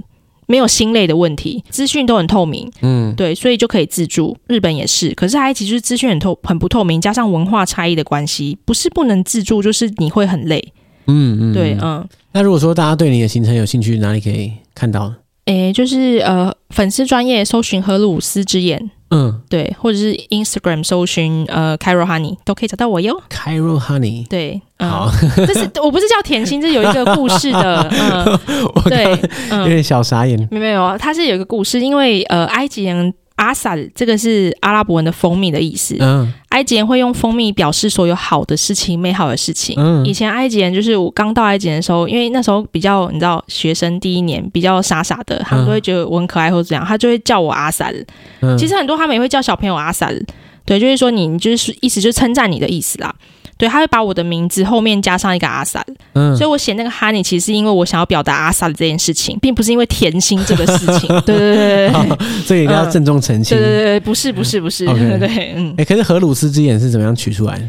[SPEAKER 2] 没有心累的问题，资讯都很透明，
[SPEAKER 1] 嗯，
[SPEAKER 2] 对，所以就可以自助。日本也是，可是埃及就是资讯很透很不透明，加上文化差异的关系，不是不能自助，就是你会很累。
[SPEAKER 1] 嗯嗯，
[SPEAKER 2] 对，
[SPEAKER 1] 嗯
[SPEAKER 2] 嗯，
[SPEAKER 1] 那如果说大家对你的行程有兴趣，哪里可以看到？
[SPEAKER 2] 诶，就是呃，粉丝专业搜寻荷鲁斯之眼，
[SPEAKER 1] 嗯
[SPEAKER 2] 对，或者是 Instagram 搜寻呃 Cairo Honey 都可以找到我哟。
[SPEAKER 1] ，Cairo Honey，
[SPEAKER 2] 对，嗯、
[SPEAKER 1] 好，
[SPEAKER 2] 这是我不是叫甜心，这有一个故事的，嗯，
[SPEAKER 1] 我
[SPEAKER 2] 对
[SPEAKER 1] 刚，有
[SPEAKER 2] 嗯，
[SPEAKER 1] 点小傻眼。
[SPEAKER 2] 没有没有，它是有一个故事，因为呃，埃及人阿萨这个是阿拉伯文的蜂蜜的意思，
[SPEAKER 1] 嗯
[SPEAKER 2] 埃及人会用蜂蜜表示所有好的事情、美好的事情。
[SPEAKER 1] 嗯
[SPEAKER 2] 以前埃及人就是我刚到埃及的时候，因为那时候比较你知道学生第一年比较傻傻的，他们都会觉得我很可爱或者怎样，他就会叫我阿三。
[SPEAKER 1] 嗯，
[SPEAKER 2] 其实很多他们也会叫小朋友阿三，对，就是说你你就是意思就是称赞你的意思啦。对，他会把我的名字后面加上一个阿三，
[SPEAKER 1] 嗯
[SPEAKER 2] 所以我写那个哈尼，其实是因为我想要表达阿萨的这件事情，并不是因为甜心这个事 情。对对对对对
[SPEAKER 1] 好这个一定要郑重澄清
[SPEAKER 2] 嗯对对。对，不是不是不是，
[SPEAKER 1] OK
[SPEAKER 2] 对，嗯，
[SPEAKER 1] 哎，可是荷鲁斯之眼是怎么样取出来的？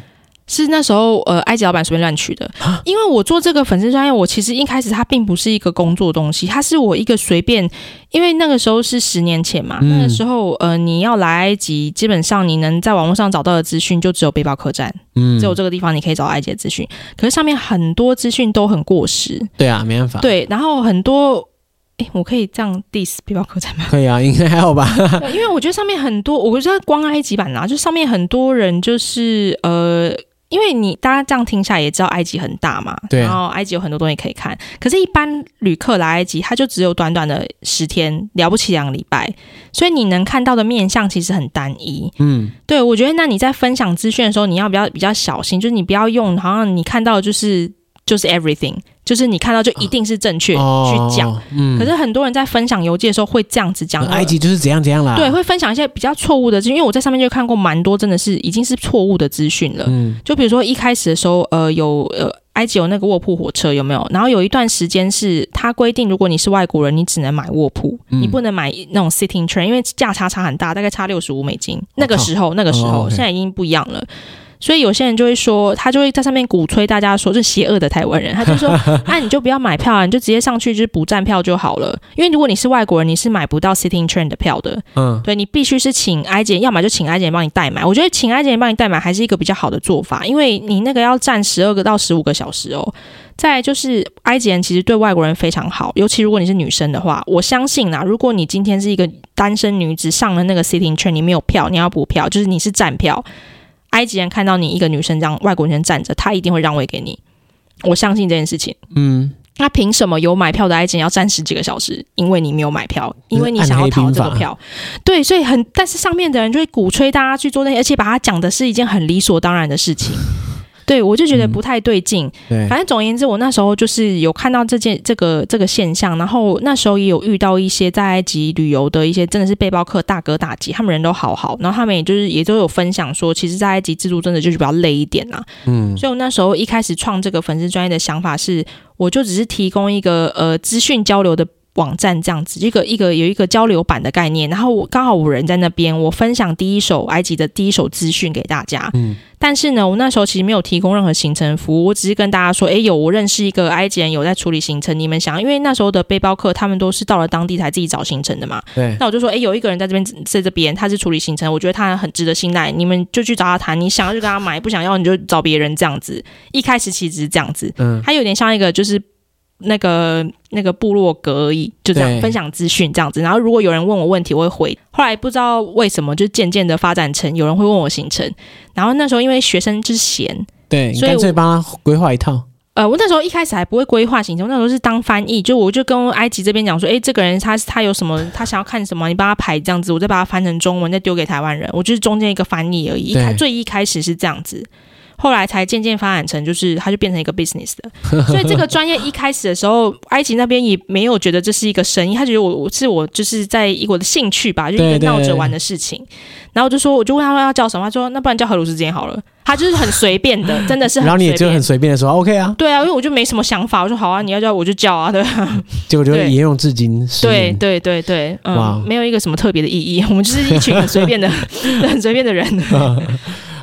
[SPEAKER 2] 是那时候呃，埃及老板随便乱取的，
[SPEAKER 1] 啊
[SPEAKER 2] 因为我做这个粉丝专业，我其实一开始它并不是一个工作东西，它是我一个随便，因为那个时候是十年前嘛，
[SPEAKER 1] 嗯
[SPEAKER 2] 那个时候呃，你要来埃及，基本上你能在网络上找到的资讯就只有背包客栈，
[SPEAKER 1] 嗯
[SPEAKER 2] 只有这个地方你可以找到埃及的资讯，可是上面很多资讯都很过时，
[SPEAKER 1] 对啊，没办法。，
[SPEAKER 2] 对，然后很多。诶，我可以这样 diss 背包客栈吗？
[SPEAKER 1] 可以啊， 应该还好吧？
[SPEAKER 2] 对因为我觉得上面很多，我觉得光埃及版啦、就上面很多人就是呃。因为你大家这样听下来也知道埃及很大嘛，
[SPEAKER 1] 对啊
[SPEAKER 2] 然后埃及有很多东西可以看。可是，一般旅客来埃及，他就只有短短的十天，了不起两个礼拜，所以你能看到的面相其实很单一。
[SPEAKER 1] 嗯，
[SPEAKER 2] 对我觉得，那你在分享资讯的时候，你要比较比较小心，就是你不要用好像你看到的就是就是 everything，就是你看到就一定是正确、
[SPEAKER 1] 哦
[SPEAKER 2] 去讲。，
[SPEAKER 1] 嗯呃
[SPEAKER 2] 可是很多人在分享游记的时候会这样子讲，
[SPEAKER 1] 埃及就是怎样怎样啦。
[SPEAKER 2] 对，，会分享一些比较错误的资讯，因为我在上面就看过蛮多，真的是已经是错误的资讯了。
[SPEAKER 1] 嗯
[SPEAKER 2] 就比如说一开始的时候，呃，有呃，埃及有那个卧铺火车有没有？然后有一段时间是它规定，如果你是外国人，你只能买卧铺，
[SPEAKER 1] 嗯
[SPEAKER 2] 你不能买那种 sitting train，因为价差差很大，大概差六十五美金。那个时候，那个时
[SPEAKER 1] 哦
[SPEAKER 2] 候，
[SPEAKER 1] ，OK
[SPEAKER 2] 现在已经不一样了。所以有些人就会说，他就会在上面鼓吹大家说，这邪恶的台湾人，他 就说，啊，你就不要买票啊，你就直接上去就是补站票就好了。因为如果你是外国人，你是买不到 sitting train 的票的。
[SPEAKER 1] 嗯
[SPEAKER 2] 对你必须是请埃及人，要么就请埃及人帮你代买。我觉得请埃及人帮你代买还是一个比较好的做法，因为你那个要站十二个到十五个小时哦。再来就是埃及人其实对外国人非常好，尤其如果你是女生的话，我相信啦，如果你今天是一个单身女子上了那个 sitting train，你没有票，你要补票，就是你是站票，埃及人看到你一个女生这样外国女生站着，他一定会让位给你。我相信这件事情。
[SPEAKER 1] 嗯，
[SPEAKER 2] 那凭什么有买票的埃及人要站十几个小时？因为你没有买票，因为你想要逃这个票。对，所以很，但是上面的人就会鼓吹大家去做那些，而且把它讲的是一件很理所当然的事情。对，我就觉得不太对劲。
[SPEAKER 1] 对，
[SPEAKER 2] 反正总而言之，我那时候就是有看到这件这个这个现象，然后那时候也有遇到一些在埃及旅游的一些真的是背包客大哥大姐，他们人都好好，然后他们也就是也都有分享说，其实，在埃及自助真的就是比较累一点啦、
[SPEAKER 1] 嗯
[SPEAKER 2] 所以我那时候一开始创这个粉丝专业的想法是，我就只是提供一个呃资讯交流的网站这样子，一个一个有一个交流版的概念。然后我刚好我人在那边，我分享第一手埃及的第一手资讯给大家。
[SPEAKER 1] 嗯
[SPEAKER 2] 但是呢，我那时候其实没有提供任何行程服务，我只是跟大家说，诶，有我认识一个埃及人有在处理行程，你们想，因为那时候的背包客他们都是到了当地才自己找行程的嘛。
[SPEAKER 1] 对，
[SPEAKER 2] 那我就说，诶，有一个人在这边，在这边，他是处理行程，我觉得他很值得信赖，你们就去找他谈，你想要就跟他买，不想要你就找别人这样子。一开始其实是这样子，
[SPEAKER 1] 嗯
[SPEAKER 2] 他有点像一个就是那个那个部落格而已，就这
[SPEAKER 1] 对
[SPEAKER 2] 样分享资讯这样子。然后如果有人问我问题，我会回。后来不知道为什么，就渐渐的发展成有人会问我行程，然后那时候因为学生之闲，
[SPEAKER 1] 对，你
[SPEAKER 2] 所以
[SPEAKER 1] 干脆
[SPEAKER 2] 我
[SPEAKER 1] 帮他规划一套。
[SPEAKER 2] 呃，我那时候一开始还不会规划行程，我那时候是当翻译，就我就跟埃及这边讲说，诶，这个人他他有什么，他想要看什么，你帮他排这样子，我再把它翻成中文，再丢给台湾人，我就是中间一个翻译而已。一开
[SPEAKER 1] 对
[SPEAKER 2] 最一开始是这样子，后来才渐渐发展成就是它就变成一个 business 的。所以这个专业一开始的时候，埃及那边也没有觉得这是一个生意，他觉得我我是我就是在以我的兴趣吧，就
[SPEAKER 1] 对
[SPEAKER 2] 一个
[SPEAKER 1] 对
[SPEAKER 2] 闹着
[SPEAKER 1] 对
[SPEAKER 2] 玩的事情。然后我就说，我就问他说要叫什么，他说那不然叫荷鲁斯之间好了。他就是很随便的，真的是很
[SPEAKER 1] 然后你也
[SPEAKER 2] 随
[SPEAKER 1] 就
[SPEAKER 2] 便
[SPEAKER 1] 很随便的说 OK 啊，
[SPEAKER 2] 对啊，因为我就没什么想法，我说好
[SPEAKER 1] 嗯
[SPEAKER 2] 啊，你要叫我就叫啊，对吧？
[SPEAKER 1] 结果就
[SPEAKER 2] 对
[SPEAKER 1] 沿用至今十
[SPEAKER 2] 对
[SPEAKER 1] 年。
[SPEAKER 2] 对对对，
[SPEAKER 1] 哇
[SPEAKER 2] 嗯，没有一个什么特别的意义，我们就是一群很 随便的、很随便的人。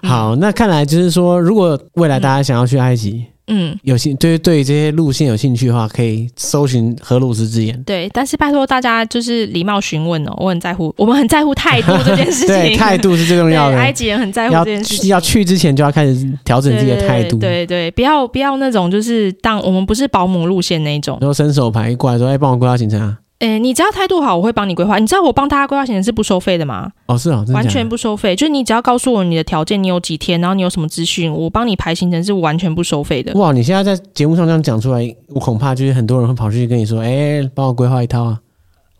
[SPEAKER 1] 好，那看来就是说，如果未来大家想要去埃及，
[SPEAKER 2] 嗯，
[SPEAKER 1] 有兴对对于这些路线有兴趣的话，可以搜寻荷鲁斯之眼。
[SPEAKER 2] 对，但是拜托大家就是礼貌询问哦，我很在乎，我们很在乎态度这件事
[SPEAKER 1] 对，
[SPEAKER 2] 情。
[SPEAKER 1] 态 度是最重
[SPEAKER 2] 对，
[SPEAKER 1] 要的。
[SPEAKER 2] 埃及人很在乎
[SPEAKER 1] 要
[SPEAKER 2] 哎这件事
[SPEAKER 1] 去
[SPEAKER 2] 情。
[SPEAKER 1] 要去之前就要开始调整自己的态度，
[SPEAKER 2] 对对对，不要不要那种就是当我们不是保姆路线那一种
[SPEAKER 1] 然，后伸手牌过来说：“哎，帮我规划行程啊。
[SPEAKER 2] 诶，你只要态度好，我会帮你规划。你知道我帮大家规划行程是不收费的吗？
[SPEAKER 1] 哦，是哦，真的
[SPEAKER 2] 完
[SPEAKER 1] 假的
[SPEAKER 2] 全不收费，就是你只要告诉我你的条件，你有几天，然后你有什么资讯，我帮你排行程是完全不收费的。
[SPEAKER 1] 哇！你现在在节目上这样讲出来，我恐怕就是很多人会跑出去跟你说：“哎、帮我规划一套啊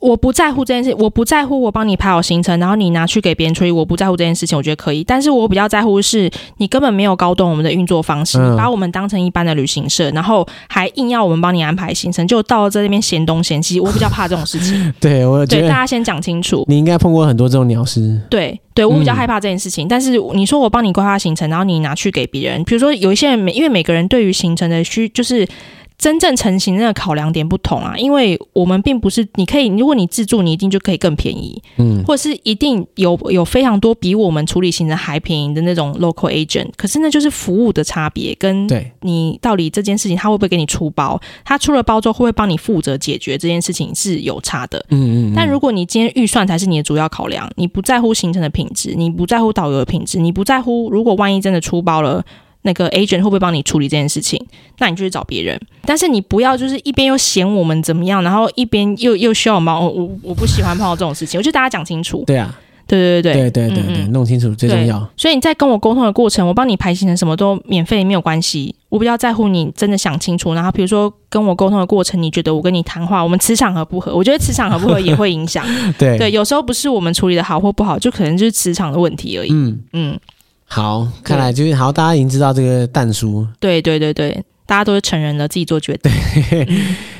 [SPEAKER 2] 我不在乎这件事，我不在乎我帮你排好行程，然后你拿去给别人处理，我不在乎这件事情，我觉得可以。但是我比较在乎的是你根本没有搞懂我们的运作方式，
[SPEAKER 1] 嗯
[SPEAKER 2] 你把我们当成一般的旅行社，然后还硬要我们帮你安排行程，就到了这边嫌东嫌西，我比较怕这种事 情。！”
[SPEAKER 1] 对，我觉
[SPEAKER 2] 对，大
[SPEAKER 1] 得
[SPEAKER 2] 家先讲清楚。
[SPEAKER 1] 你应该碰过很多这种鸟师。
[SPEAKER 2] 对对，我比较
[SPEAKER 1] 嗯
[SPEAKER 2] 害怕这件事情。但是你说我帮你规划行程，然后你拿去给别人，比如说有一些人每，因为每个人对于行程的需就是。真正成型的考量点不同啊，因为我们并不是你可以，如果你自助，你一定就可以更便宜，
[SPEAKER 1] 嗯，
[SPEAKER 2] 或者是一定有有非常多比我们处理行程还便宜的那种 local agent。可是那就是服务的差别，跟
[SPEAKER 1] 对，
[SPEAKER 2] 你到底这件事情他会不会给你出包，他出了包之后会不会帮你负责解决这件事情是有差的。
[SPEAKER 1] 嗯嗯。
[SPEAKER 2] 但如果你今天预算才是你的主要考量，你不在乎行程的品质，你不在乎导游的品质，你不在乎如果万一真的出包了。那个 agent 会不会帮你处理这件事情？那你就去找别人，但是你不要就是一边又嫌我们怎么样，然后一边又又需要我们帮哦我我我不喜欢碰到这种事情，我觉得大家讲清楚。
[SPEAKER 1] 对啊，
[SPEAKER 2] 对对对
[SPEAKER 1] 对对对
[SPEAKER 2] 嗯
[SPEAKER 1] 对，
[SPEAKER 2] 嗯
[SPEAKER 1] 弄清楚最重要。
[SPEAKER 2] 所以你在跟我沟通的过程，我帮你排行程什么都免费没有关系，我比较在乎你真的想清楚。然后比如说跟我沟通的过程，你觉得我跟你谈话，我们磁场合不合？我觉得磁场合不合也会影响。
[SPEAKER 1] 对
[SPEAKER 2] 对，有时候不是我们处理的好或不好，就可能就是磁场的问题而已。
[SPEAKER 1] 嗯，
[SPEAKER 2] 嗯，
[SPEAKER 1] 好，看来就是好，大家已经知道这个蛋叔。
[SPEAKER 2] 对对对对，大家都是成人了，自己做决定。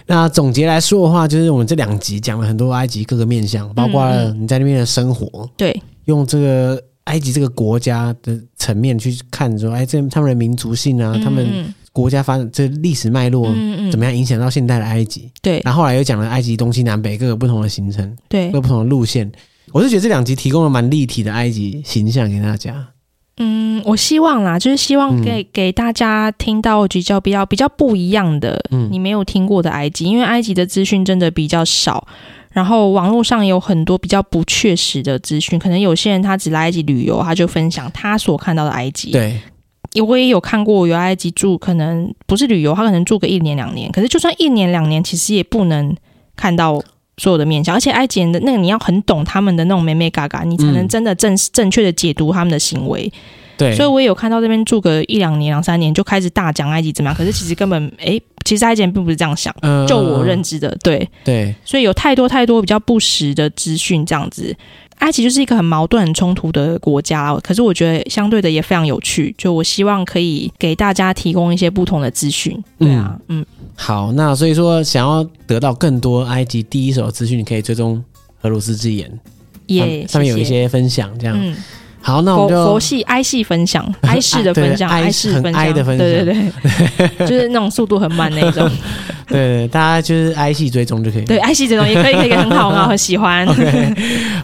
[SPEAKER 1] 那总结来说的话，就是我们这两集讲了很多埃及各个面向，包括了你在那边的生活，
[SPEAKER 2] 嗯对
[SPEAKER 1] 用这个埃及这个国家的层面去看说，哎，这他们的民族性啊，他们
[SPEAKER 2] 嗯
[SPEAKER 1] 国家发展这历史脉络。
[SPEAKER 2] 嗯嗯
[SPEAKER 1] 怎么样影响到现代的埃及？
[SPEAKER 2] 对
[SPEAKER 1] 然后后来又讲了埃及东西南北各个不同的行程，
[SPEAKER 2] 对
[SPEAKER 1] 各，不同的路线。我是觉得这两集提供了蛮立体的埃及形象给大家。
[SPEAKER 2] 嗯，我希望啦，就是希望
[SPEAKER 1] 嗯
[SPEAKER 2] 给、给大家听到比较比较比较不一样的，
[SPEAKER 1] 嗯
[SPEAKER 2] 你没有听过的埃及，因为埃及的资讯真的比较少。然后网络上有很多比较不确实的资讯，可能有些人他只来埃及旅游，他就分享他所看到的埃及。
[SPEAKER 1] 对，
[SPEAKER 2] 我也有看过，有埃及住，可能不是旅游，他可能住个一年两年，可是就算一年两年，其实也不能看到所有的面相，而且埃及人的那个你要很懂他们的那种美美嘎嘎，你才
[SPEAKER 1] 嗯
[SPEAKER 2] 能
[SPEAKER 1] 哎
[SPEAKER 2] 真的正、正确的解读他们的行为。
[SPEAKER 1] 对，
[SPEAKER 2] 所以我也有看到这边住个一两年、两三年就开始大讲埃及怎么样，可是其实根本诶，其实埃及人并不是这样想，
[SPEAKER 1] 呃
[SPEAKER 2] 就我认知的，对，
[SPEAKER 1] 对，
[SPEAKER 2] 所以有太多太多比较不实的资讯这样子。埃及就是一个很矛盾、很冲突的国家，可是我觉得相对的也非常有趣。就我希望可以给大家提供一些不同的资讯。对啊，嗯，
[SPEAKER 1] 好，那所以说想要得到更多埃及第一手资讯，你可以追踪荷鲁斯之眼，
[SPEAKER 2] 耶，
[SPEAKER 1] 上上面有一
[SPEAKER 2] 谢谢。
[SPEAKER 1] 些分享，这样。
[SPEAKER 2] 嗯，
[SPEAKER 1] 好，那我们
[SPEAKER 2] 佛
[SPEAKER 1] 就
[SPEAKER 2] 佛系埃系分 享，埃式的分享，
[SPEAKER 1] 对埃
[SPEAKER 2] 埃式分
[SPEAKER 1] 很埃
[SPEAKER 2] 享，
[SPEAKER 1] 的分享
[SPEAKER 2] 对对对， 就是那种速度很慢那 种。
[SPEAKER 1] 对对，大家就是埃系追踪就可以。
[SPEAKER 2] 对，爱惜这种也可以，可以很好，很好，很喜 欢。
[SPEAKER 1] ，OK，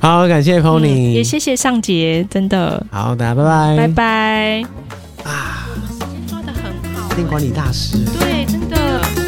[SPEAKER 1] 好，感谢 Pony，、
[SPEAKER 2] 嗯也谢谢尚杰，真的，
[SPEAKER 1] 好，大家拜拜，
[SPEAKER 2] 拜拜。
[SPEAKER 1] 啊，
[SPEAKER 2] 时间抓的很好
[SPEAKER 1] 店管理大师。
[SPEAKER 2] 对，真的。